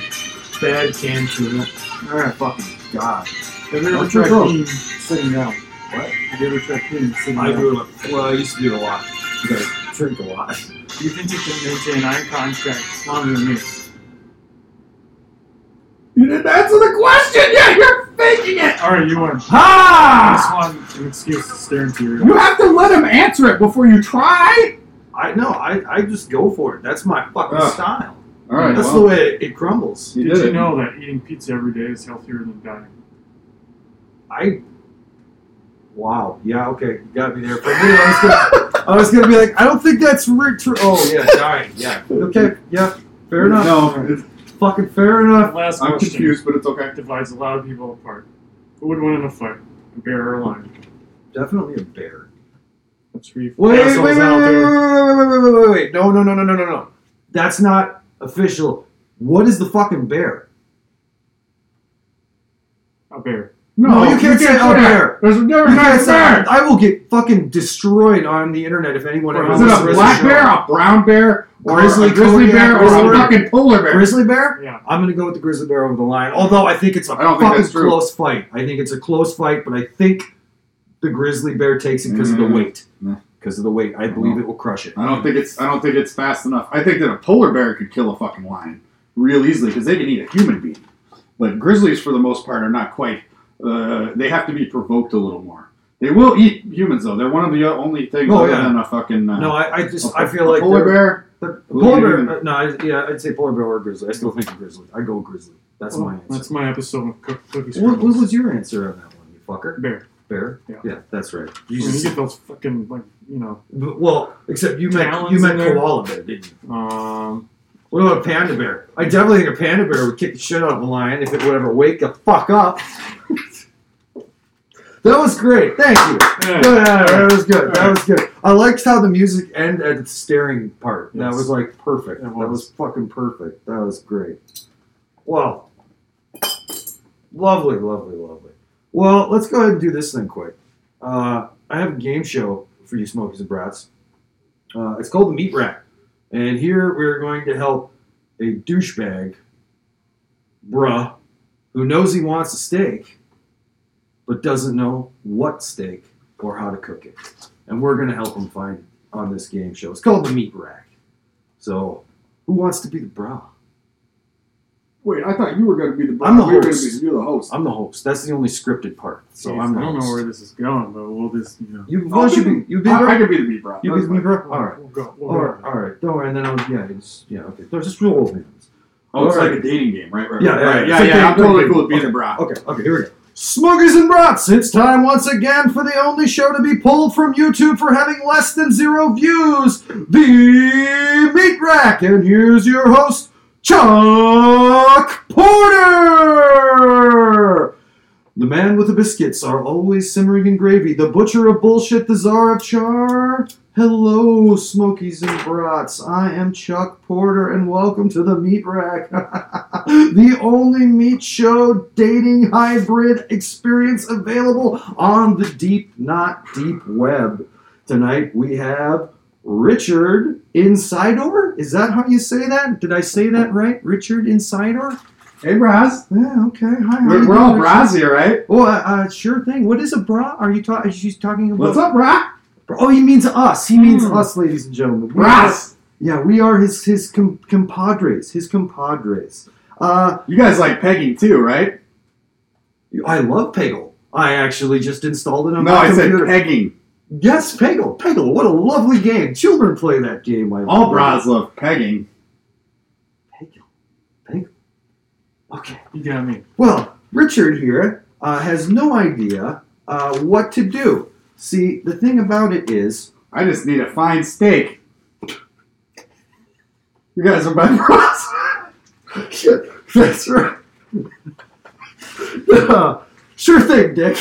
bad canned tuna. All right. Fucking god. Have you ever What's tried your goal? clean sitting down? What? Have you ever tried clean sitting I down? do it. Well, I used to do it a lot. You gotta drink a lot. You think you can maintain eye contact longer than me? You didn't answer the question. Yeah, you're faking it. All right, you win. Ah! Ha! I just want an excuse to stare into your You have to let him answer it before you try. I no, I, I just go for it. That's my fucking Ugh. style. All right. That's the way it, it crumbles. Did you know that eating pizza every day is healthier than dying? I. Wow. Yeah. Okay. You got me there. For me, I was gonna, I was gonna be like, I don't think that's re- true. Oh yeah, dying. Yeah. Okay. Yeah. Fair enough. No, it's- Fucking fair enough. Last I'm question confused, but it's okay. divides a lot of people apart. Who would win in a fight, a bear or a lion? Definitely a bear. That's for you Wait, wait, assholes wait, wait, wait, out there. wait, wait, wait, wait, wait. No, no, no, no, no, no, no. That's not official. What is the fucking bear? A bear. No, you can't say out that. there. There's a different You kind guys- of bear. I will get fucking destroyed on the internet if anyone ever Or Is it listens a to black this bear, show. a brown bear, or Grizzly a grizzly Kodiak bear, grizzly or bear. a fucking polar bear? Grizzly bear? Yeah. I'm gonna go with the grizzly bear over the lion. Although I think it's a I don't think fucking that's true. close fight. I think it's a close fight, but I think the grizzly bear takes it because of the Mm, weight. no. Because of the weight, I believe it will crush it. I don't think it's. I don't think it's fast enough. I think that a polar bear could kill a fucking lion. real easily because they can eat a human being. But grizzlies, for the most part, are not quite. Uh, they have to be provoked a little more. They will eat humans though. They're one of the only things Oh, other yeah. than a fucking. Uh, No, I, I just a- I feel a like polar they're- bear. The Who polar you bear. even- uh, No, I, yeah, I'd say polar bear or grizzly. I still think of grizzly. I go grizzly. That's my answer. Oh, That's my episode of Cook- Cookies. what, what was your answer on that one, you fucker? Bear. Bear. Yeah. that's right. You You just, get those fucking like you know. but- well, except you meant Talons you in meant there? koala bear, didn't you? Um, What about panda bear? I definitely think a panda bear would kick the shit out of a lion if it would ever wake the fuck up. [laughs] that was great. Thank you. yeah. Yeah, yeah, yeah, that was good. That Alright. was good. I liked how the music ended at the staring part. That Yes. was like perfect. It That was fucking perfect. That was great. Well, lovely, lovely, lovely. Well, let's go ahead and do this thing quick. Uh, I have a game show for you, smokers and brats. Uh, it's called the Meat Rack, and here we're going to help a douchebag, bruh, who knows he wants a steak, but doesn't know what steak or how to cook it. And we're going to help him find it on this game show. It's called the Meat Rack. So, who wants to be the bra? Wait, I thought you were going to be the. I'm the you were gonna host. Be, you're the host. I'm the host. That's the only scripted part. So Jeez, I'm the I don't know host. where this is going, but we'll just you know You, why don't you be, you be the I, I bra? can be the meat bro. You be the meat bra? All right. we'll go. We'll All go. right. All right. Don't worry. And then I'll, yeah, it's, yeah, okay. No, Just roll with me. Oh, it's All right. like a dating game, right? Right. Yeah, yeah, right. yeah. yeah, yeah. It's a dating- I'm totally dating cool with being game. the bra. Okay, okay, here we go. Smokers and Brats, it's time once again for the only show to be pulled from YouTube for having less than zero views, The Meat Rack. And here's your host, Chuck Porter. The man with the biscuits are always simmering in gravy, the butcher of bullshit, the czar of char. Hello, Smokies and Brats. I am Chuck Porter, and welcome to the Meat Rack, [laughs] the only meat show dating hybrid experience available on the deep, not deep web. Tonight we have Richard Insidor. Is that how you say that? Did I say that right? Richard Insidor? Hey, Braz. Yeah. Okay. Hi. how you We're, we're all doing, Richard? Braz here, right? Oh, uh, uh, sure thing. What is a bra? Are you talking? She's talking about. What's up, Braz? Oh, he means us. He means Hmm. us, ladies and gentlemen. We are- Braz. yeah, we are his his com- compadres. His compadres. Uh, You guys like pegging too, right? I love Peggle. I actually just installed it on No, my I said computer. pegging. yes, Peggle. Peggle. What a lovely game. Children play that game. I All love. Braz love pegging. Peggle. Peggle. Okay. You got me. Well, Richard here uh, has no idea uh, what to do. See, the thing about it is. I just need a fine steak. You guys are my [laughs] Braz. [laughs] That's right. sure thing, Dick.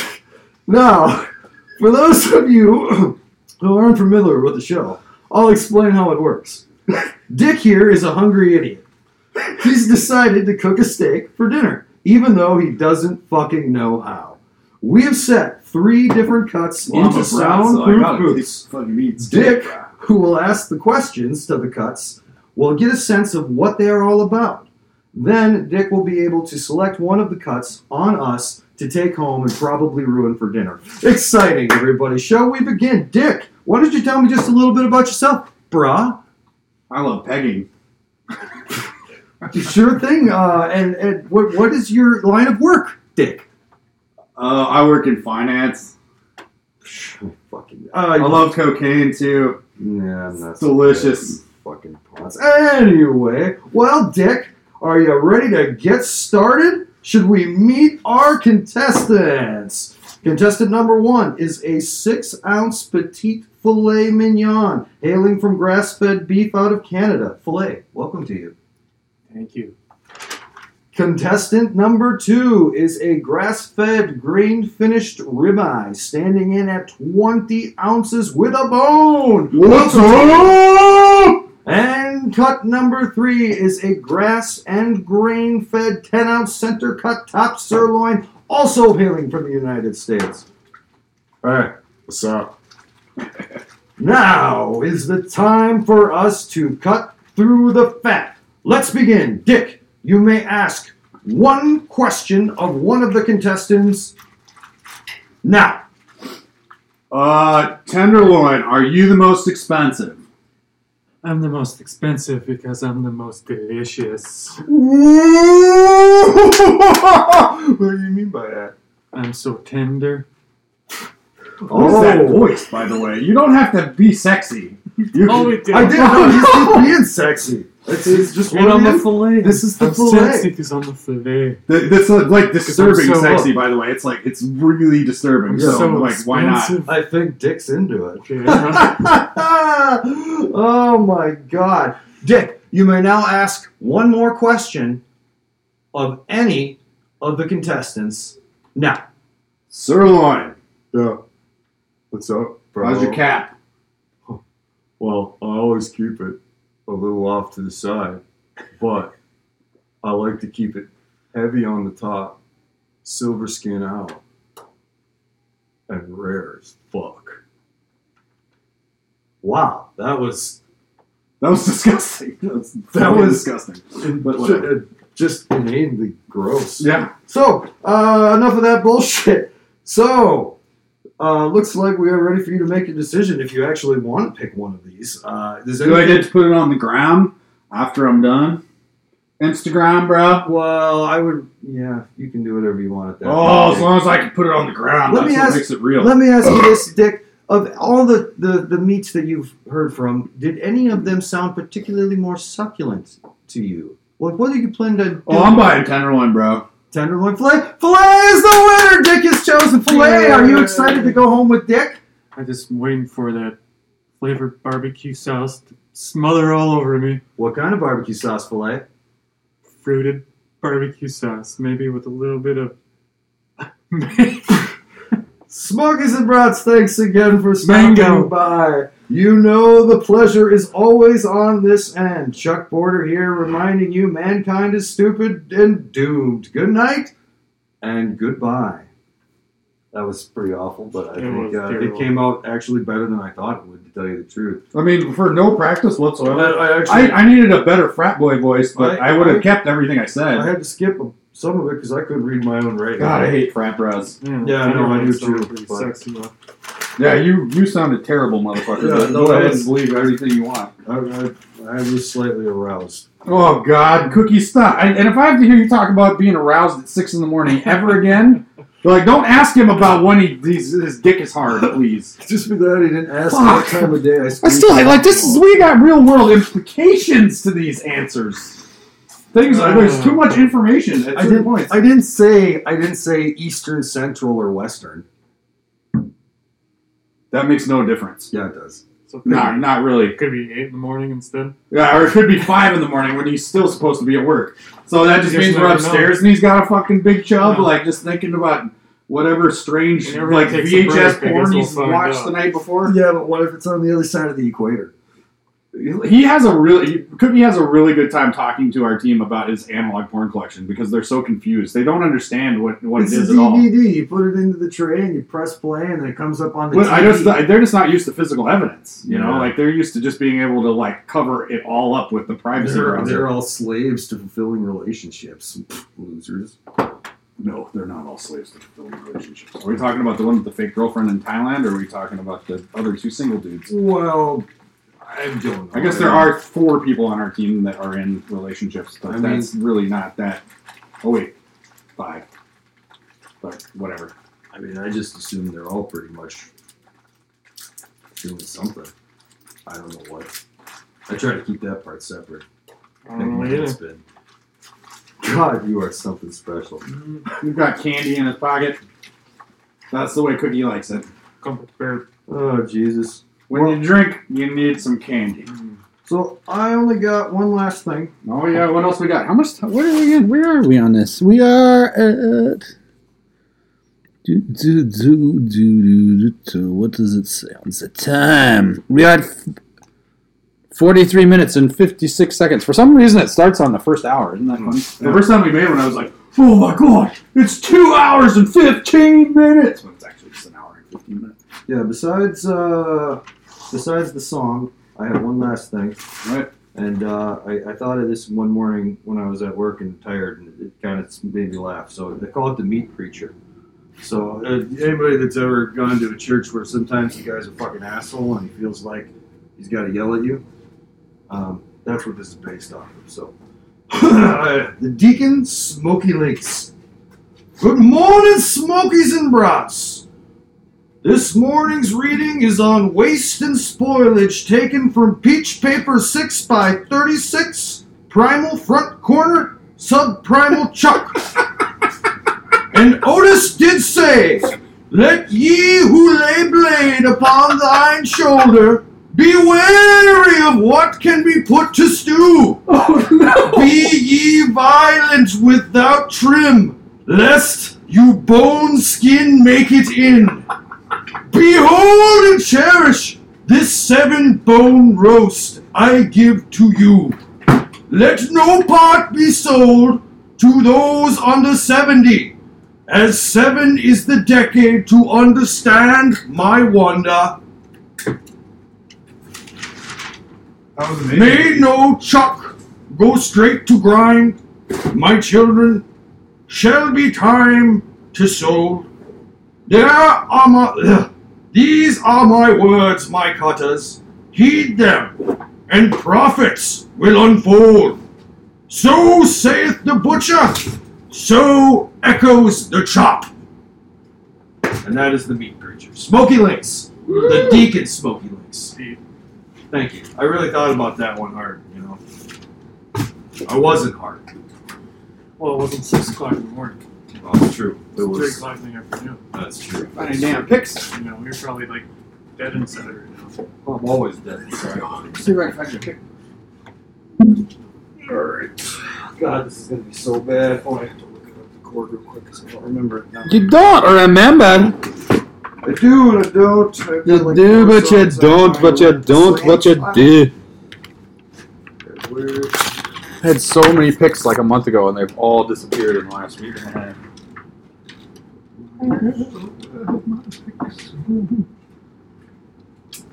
Now, for those of you who aren't familiar with the show, I'll explain how it works. Dick here is a hungry idiot. He's decided to cook a steak for dinner, even though he doesn't fucking know how. We have set three different cuts Well, I'm a into bra, so I soundproof gotta booths. taste fucking meat. Dick, who will ask the questions to the cuts, will get a sense of what they are all about. Then Dick will be able to select one of the cuts on us to take home and probably ruin for dinner. Exciting, everybody. Shall we begin? Dick, why don't you tell me just a little bit about yourself, brah? I love pegging. [laughs] Sure thing. Uh, and and what, what is your line of work, Dick? Uh, I work in finance. Fucking. I Uh, love cocaine too. yeah, I'm not It's delicious. fucking pause. Anyway, well, Dick, are you ready to get started? Should we meet our contestants? Contestant number one is a six ounce petite filet mignon hailing from grass fed beef out of Canada. Filet, welcome to you. Thank you. Contestant number two is a grass fed, grain finished ribeye standing in at 20 ounces with a bone. What's up? And cut number three is a grass and grain fed 10 ounce center cut top sirloin, also hailing from the United States. Alright, what's up? now is the time for us to cut through the fat. Let's begin. Dick, you may ask one question of one of the contestants now. [laughs] Uh, tenderloin. Are you the most expensive? I'm the most expensive because I'm the most delicious. what do you mean by that? I'm so tender. Who's Oh. that oh, voice, by the way? You don't have to be sexy. You [laughs] Oh, can- it did. I didn't know he's just being sexy. It's, it's just And one on of the the. fillet. This is the I'm fillet. sexy because on the fillet. Th- That's uh, like disturbing so sexy, by the way. It's like it's really disturbing. I'm so, so like, expensive. why not? I think Dick's into it. [laughs] Yeah. oh my god. Dick, you may now ask one more question of any of the contestants. Now, Sirloin. Yeah. What's up, bro? How's your cap? Well, I always keep it a little off to the side, but I like to keep it heavy on the top, silver skin out, and rare as fuck. wow, that was [laughs] That was disgusting. That was, That was- disgusting. But whatever. ju- uh, just inanely gross. Yeah. So, uh, enough of that bullshit. So, uh, looks like we are ready for you to make a decision if you actually want to pick one of these. Uh, does Do I anything- get to put it on the ground after I'm done? Instagram, bro. Well, I would. Yeah, you can do whatever you want at that. Oh, point. as long as I can put it on the ground, Let that's me what ask- makes it real. Let me ask you this, Dick. Of all the, the, the meats that you've heard from, did any of them sound particularly more succulent to you? Like, what are you planning to do? oh, I'm buying tenderloin, bro. Tenderloin filet. Filet is the winner! Dick has chosen filet! Are you excited to go home with Dick? [laughs] I just waiting for that flavored barbecue sauce to smother all over me. What kind of barbecue sauce filet? Fruited barbecue sauce, maybe with a little bit of. [laughs] Thank Smokies and Brats, thanks again for Mango. stopping by. You know the pleasure is always on this end. Chuck Porter here reminding you mankind is stupid and doomed. Good night and goodbye. That was pretty awful, but I It think was uh, it terrible. came out actually better than I thought it would, to tell you the truth. I mean, for no practice I, whatsoever. I I, actually I, I needed a better frat boy voice, but I- I, would I- have kept everything I said. had to skip some of it because I couldn't read my own writing. God, I hate frat bros. Yeah, I know, I do too, Pretty but- sexy though. Yeah, you you sounded terrible, motherfucker. Yeah, but no, go I ahead was- and believe everything you want. I, I, I was slightly aroused. [laughs] Oh God, Cookie, stop! And, and if I have to hear you talk about being aroused at six in the morning ever again, [laughs] like don't ask him about when he these, his dick is hard, please. Just be glad he didn't ask me what Fuck. time of day I I squeezed still it. like this is we got real world implications to these answers. Things there's too much information at I certain didn't, points. I didn't say I didn't say Eastern Central or Western. That makes no difference. Yeah, it does. So could, Nah, be, not really. could be eight in the morning instead. Yeah, or it could be five in the morning when he's still supposed to be at work. So that just You just means we're never know. upstairs and he's got a fucking big chub, Yeah. like just thinking about whatever strange And everyone like takes a VHS break, I porn guess he's we'll find watched out. the night before. Yeah, but what if it's on the other side of the equator? He has a really Cookie has a really good time talking to our team about his analog porn collection because they're so confused. They don't understand what what it's it is a at all. DVD. You put it into the tray and you press play, and it comes up on the. But I TV. just they're just not used to physical evidence. You Yeah. know, like they're used to just being able to like cover it all up with the privacy they're, browser. they're all slaves to fulfilling relationships. Losers. No, they're not all slaves to fulfilling relationships. Are we talking about the one with the fake girlfriend in Thailand, or are we talking about the other two single dudes? Well, I don't know. I guess there are four people on our team that are in relationships, but I mean- that's really not that. Oh wait, five. But whatever. [laughs] I mean, I just assume they're all pretty much doing something. I don't know what. I try to keep that part separate. I Mm, don't know either. God, you are something special. Mm, We've got candy in his pocket. That's the way Cookie likes it. Come prepared. Oh, Jesus. When you drink, you need some candy. Mm. So I only got one last thing. Oh yeah, what else we got? How much? T- Where are we in? Where are we on this? We are at. Do, do, do, do, do, do, do. What does it say on the time? We are at f- 43 minutes and 56 seconds. For some reason, it starts on the first hour. Isn't that funny? The first time we made one, I was like, oh my god, it's two hours and 15 minutes. When it's actually just an hour and 15 minutes. Yeah, besides uh, besides the song, I have one last thing. Right. And uh, I, I thought of this one morning when I was at work and tired, and it kind of made me laugh. So they call it the meat preacher. So uh, anybody that's ever gone to a church where sometimes the guy's a fucking asshole and he feels like he's got to yell at you, Um, that's what this is based off of. So, [coughs] uh, the Deacon Smoky Links. Good morning, Smokies and Brats. This morning's reading is on waste and spoilage taken from Peach Paper 6 by 36 Primal Front Corner Subprimal Chuck. and Otis did say, Let ye who lay blade upon thine shoulder be wary of what can be put to stew. Be ye violent without trim, lest you bone skin make it in. Behold and cherish this seven bone roast I give to you. Let no part be sold to those under seventy, as seven is the decade to understand my wonder. That was amazing. May no chuck go straight to grind, my children. Shall be time to sow. There are my, [clears throat] ugh. these are my words, my cutters. Heed them, and profits will unfold. So saith the butcher, so echoes the chop. And that is the meat creature. Smoky Links. The Deacon Smoky Links. Thank you. I really thought about that one hard, you know. I wasn't hard. Well, it wasn't 6 o'clock in the morning. Well, that's Oh, true. It It was 3 was. o'clock in the afternoon. That's true. Funny damn picks. You know, we were probably like dead inside right now. I'm always dead. Sorry. See if I can find your pick. God, this is gonna be so bad. Oh, I have to look it up the cord real quick because I don't remember it now. You don't remember. I do and I don't. I feel You like uh, do, four but you songs I don't, but you find don't, but you slam- do. Where- I had so many picks like a month ago, and they've all disappeared in the last week and a half.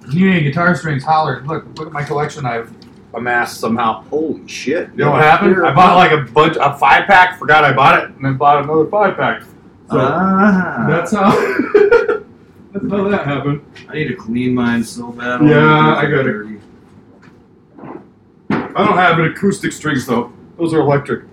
If you need any guitar strings, holler. Look, look at my collection I've amassed somehow. Holy shit! You know what happened? I bought like a bunch, a five pack, forgot I bought it, and then bought another five pack. So Ah, that's how. [laughs] that's how that happened. I need to clean mine so bad. Yeah, I got got it. I don't have an acoustic strings though. Those are electric.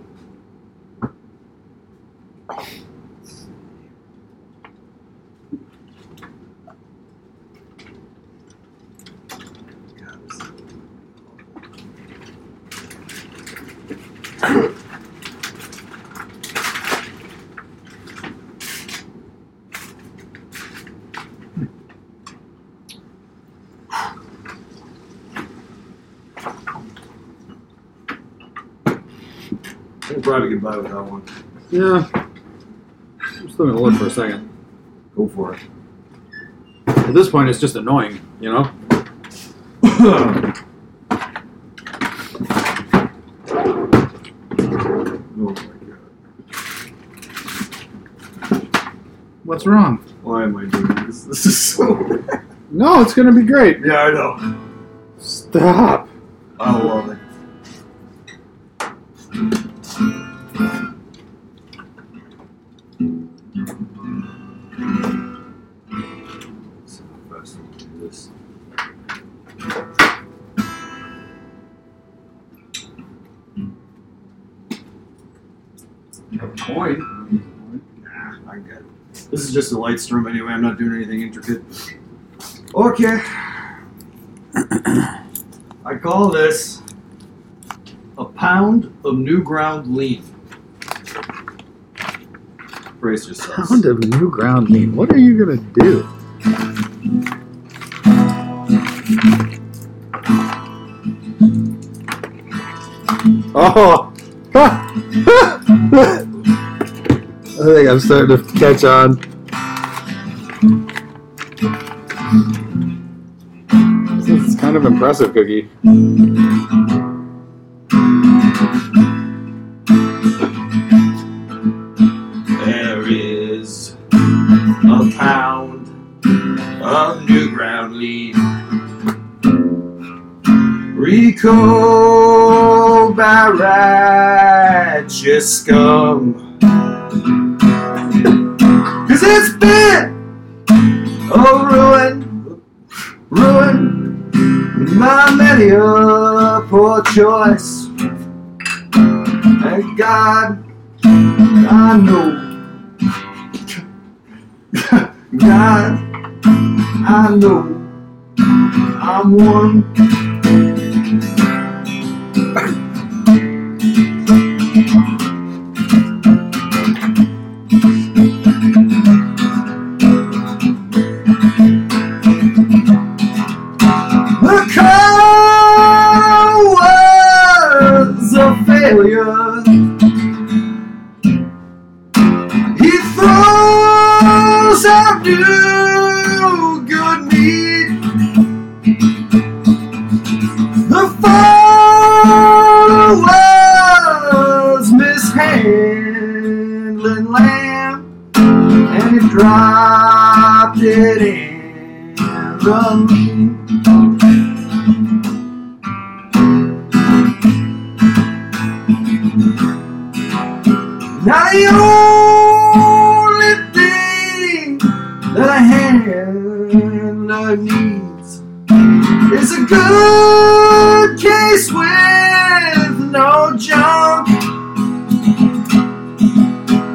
I can probably get by without one. Yeah. I'm still gonna look for a second. Go for it. At this point, it's just annoying, you know. Oh my god. What's wrong? Why am I doing this? This is so. No, it's gonna be great. yeah, I know. Stop. I love it. See how fast I can do this. Coin. Nah, I got it. This is just a light strum anyway. I'm not doing anything intricate. Okay. I call this a pound of new ground lean. Brace yourselves. Pound of new ground meat. What are you gonna do? Oh, [laughs] I think I'm starting to catch on. This is kind of impressive, Cookie. There is a pound of new ground lean. Rico by righteous scum. Cause it's been a ruin, ruin, my many a a poor choice. Thank God, I know. God, I know. I'm one. The cold world's a failure. He throws out new good meat. The followers mishandling lamb, and he dropped it in the meat. Now the only thing that I hand I needs is a good case with no junk.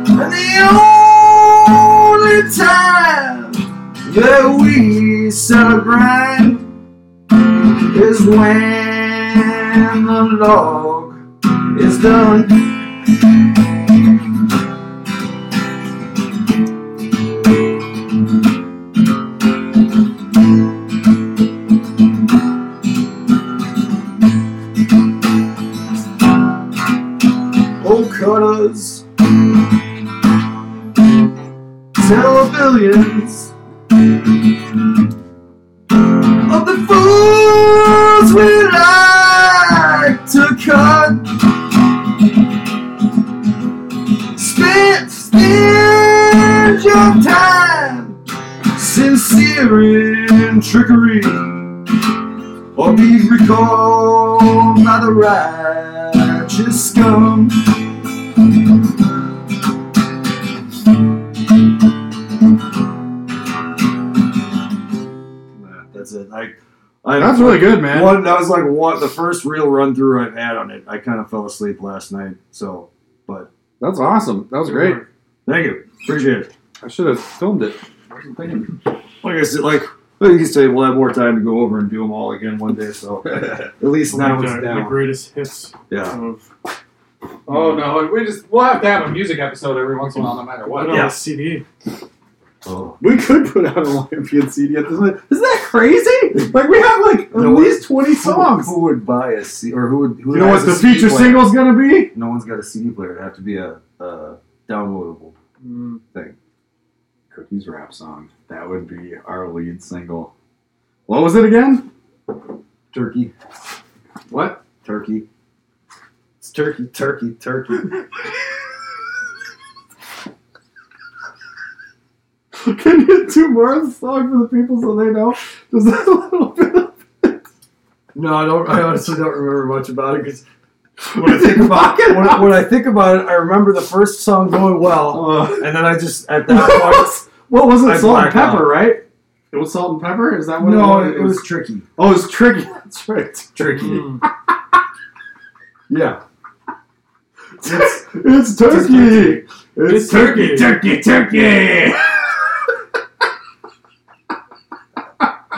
And the only time that we celebrate is when the log is done. Oh, colors. Tell billions of the fools we like to cut. Spend, spend your time sincere in trickery, or be recalled by the righteous scum. Nah, That's it. I, I That's really good, man. One, that was like one, the first real run through I've had on it. I kind of fell asleep last night, so That's awesome. That was great. thank you, appreciate it. I should have filmed it. Like I said, like like you say, we'll have more time to go over and do them all again one day. [laughs] So at least now it's the, uh, the down. greatest hits Yeah, of Oh no, we just we'll have to have a music episode every once in a while, no matter put what. on Yeah. a CD. oh. We could put out an Olympian CD at this point. Isn't that crazy? Like we have like at No, least twenty Who, songs. who would buy a C or who would? Who You know has what a the CD feature player? single's gonna be? No one's got a CD player. It'd have to be a, a downloadable. Cookies rap song. That would be our lead single. What was it again? Turkey, What? turkey. It's turkey, turkey, turkey. Can you do more of the song for the people so they know? Just a little bit. Of [laughs] No, I don't. I honestly don't remember much about it because when I think about it, when, when I think about it, I remember the first song going well, uh, and then I just at [laughs] what, that was, what was it? I Salt and blacked out. Pepper, right? It was Salt and Pepper. Is that point, [laughs] what? no, it was? it was tricky, Oh, it was tricky. [laughs] That's right. tricky. Mm. Yeah, It's, it's turkey. It's turkey. Turkey. Turkey.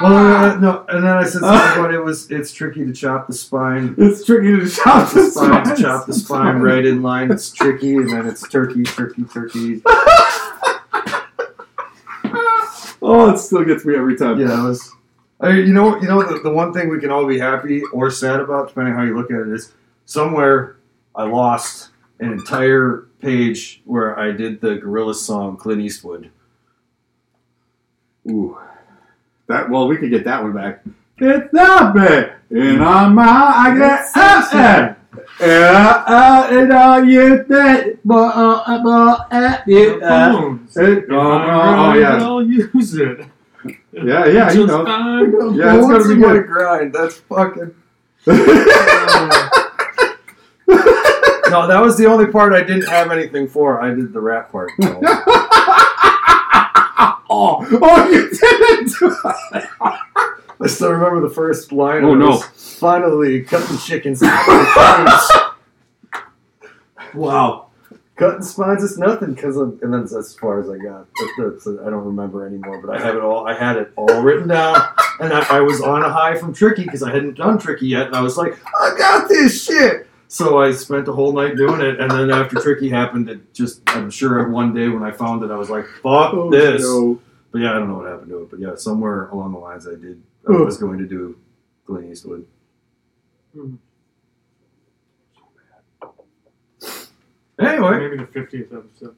Well, no, and then I said something about it was it's tricky to chop the spine. It's tricky to chop Chop the [laughs] the spine, spine. chop the spine right in line. It's tricky, and then it's turkey, turkey, turkey. Oh, it still gets me every time. Yeah, that was. I mean, you know, you know, the, the one thing we can all be happy or sad about, depending how you look at it, is somewhere I lost an entire page where I did the gorilla song Clint Eastwood. Ooh. That well, we could get that one back. It's that bad. And I'm out, I get out and uh, uh, and uh, you that but uh, uh, but uh, you uh, Bones. it, uh, uh, oh yeah, I'll use it. yeah, yeah, you Just know. [laughs] fine. Yeah, it's gonna be what a good. grind. That's fucking. Oh, No, that was the only part I didn't have anything for. I did the rap part. though. oh, oh, you did it. I still remember the first line. Oh, of no. this. Finally, cutting chickens. wow. Cutting spines is nothing because I'm, and that's as far as I got. That- that's- I don't remember anymore, but I have it all. I had it all written down, and I, I was on a high from Tricky because I hadn't done Tricky yet, and I was like, I got this shit. So I spent the whole night doing it, and then after Tricky happened, it just I'm sure one day when I found it, I was like, fuck Oh, this. But yeah, I don't know what happened to it. But yeah, somewhere along the lines, I did. I was going to do Clint Eastwood. Anyway, Maybe the 50th episode.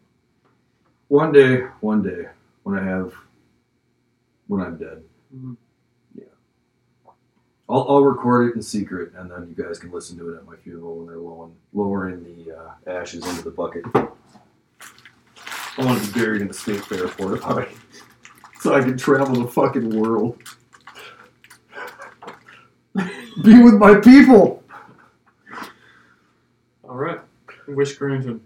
one day, one day, when I have, when I'm dead, Mhm. yeah, I'll, I'll record it in secret, and then you guys can listen to it at my funeral when they're lowering, lowering the uh, ashes into the bucket. I want to be buried in a state fair porta potty, [laughs] so I can travel the fucking world, be with my people. All right. Wish granted.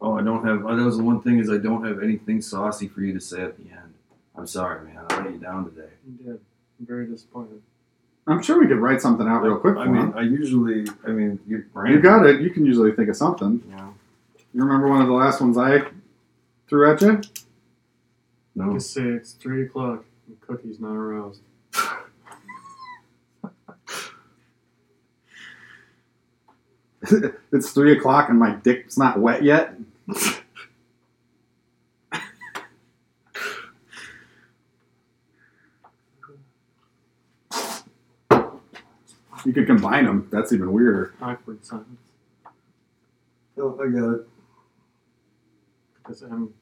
Oh, I don't have. That was the one thing is I don't have anything saucy for you to say at the end. I'm sorry, man. I let you down today. You did. I'm very disappointed. I'm sure we could write something out real quick. I for mean, him. I usually. I mean, you. you got it. You can usually think of something. Yeah. You remember one of the last ones I threw at you? [laughs] Hmm. No. It's six, three o'clock. and cookie's not aroused. It's three o'clock and my dick's not wet yet. [laughs] you could combine them. That's even weirder. Awkward silence. Oh, I got it. Because I'm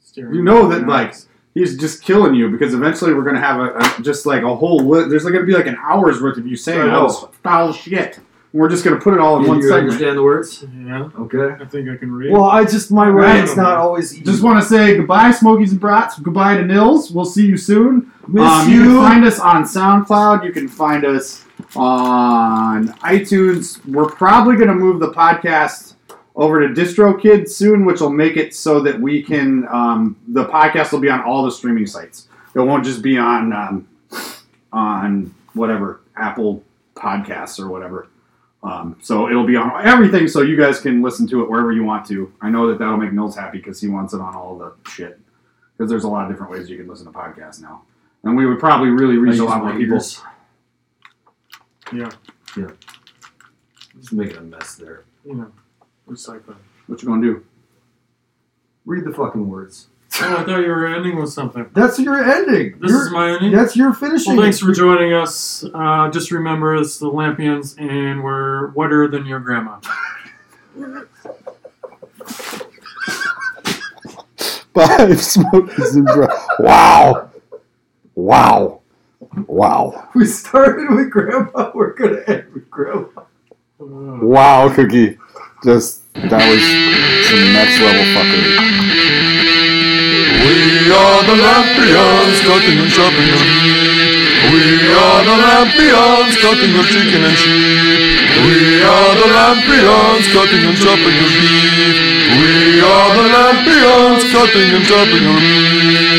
staring. You know that, at like, Max. he's just killing you because eventually we're gonna have a, a just like a whole. Li- there's gonna be like an hour's worth of you saying I all know. this foul shit. We're just gonna put it all in Did one you segment. understand the words? Yeah, Okay. I think I can read. Well, I just my Right. writing's not always easy. Just want to say goodbye, Smokies and Brats. Goodbye to Nils. We'll see you soon. miss um, you. you. can find us on SoundCloud. You can find us on iTunes. We're probably going to move the podcast over to DistroKid soon, which will make it so that we can um, the podcast will be on all the streaming sites. It won't just be on um, on whatever Apple Podcasts or whatever. Um, so it'll be on everything, so you guys can listen to it wherever you want to. I know that that'll make Nils happy because he wants it on all the shit. Because there's a lot of different ways you can listen to podcasts now, and we would probably really I reach use a lot my more people. ears. Yeah. Yeah. Just making a mess there. you know, recycling. What you gonna do? Read the fucking words. Oh, I thought you were ending with something. That's your ending. This Your- is my ending. that's your finishing. Well, thanks for joining us. Uh, just remember, it's the Lampions, and we're wetter than your grandma. [laughs] Five smokers and bro. Wow. Wow. Wow. We started with grandpa. [laughs] We're gonna end with grandma. Uh, Wow, Cookie. Just, that was some next level fuckery. We are the Lampions, cutting and chopping your meat. We are the Lampions, cutting your chicken and sheep. We are the Lampions, cutting and chopping your beef. We are the Lampions, cutting and chopping your meat.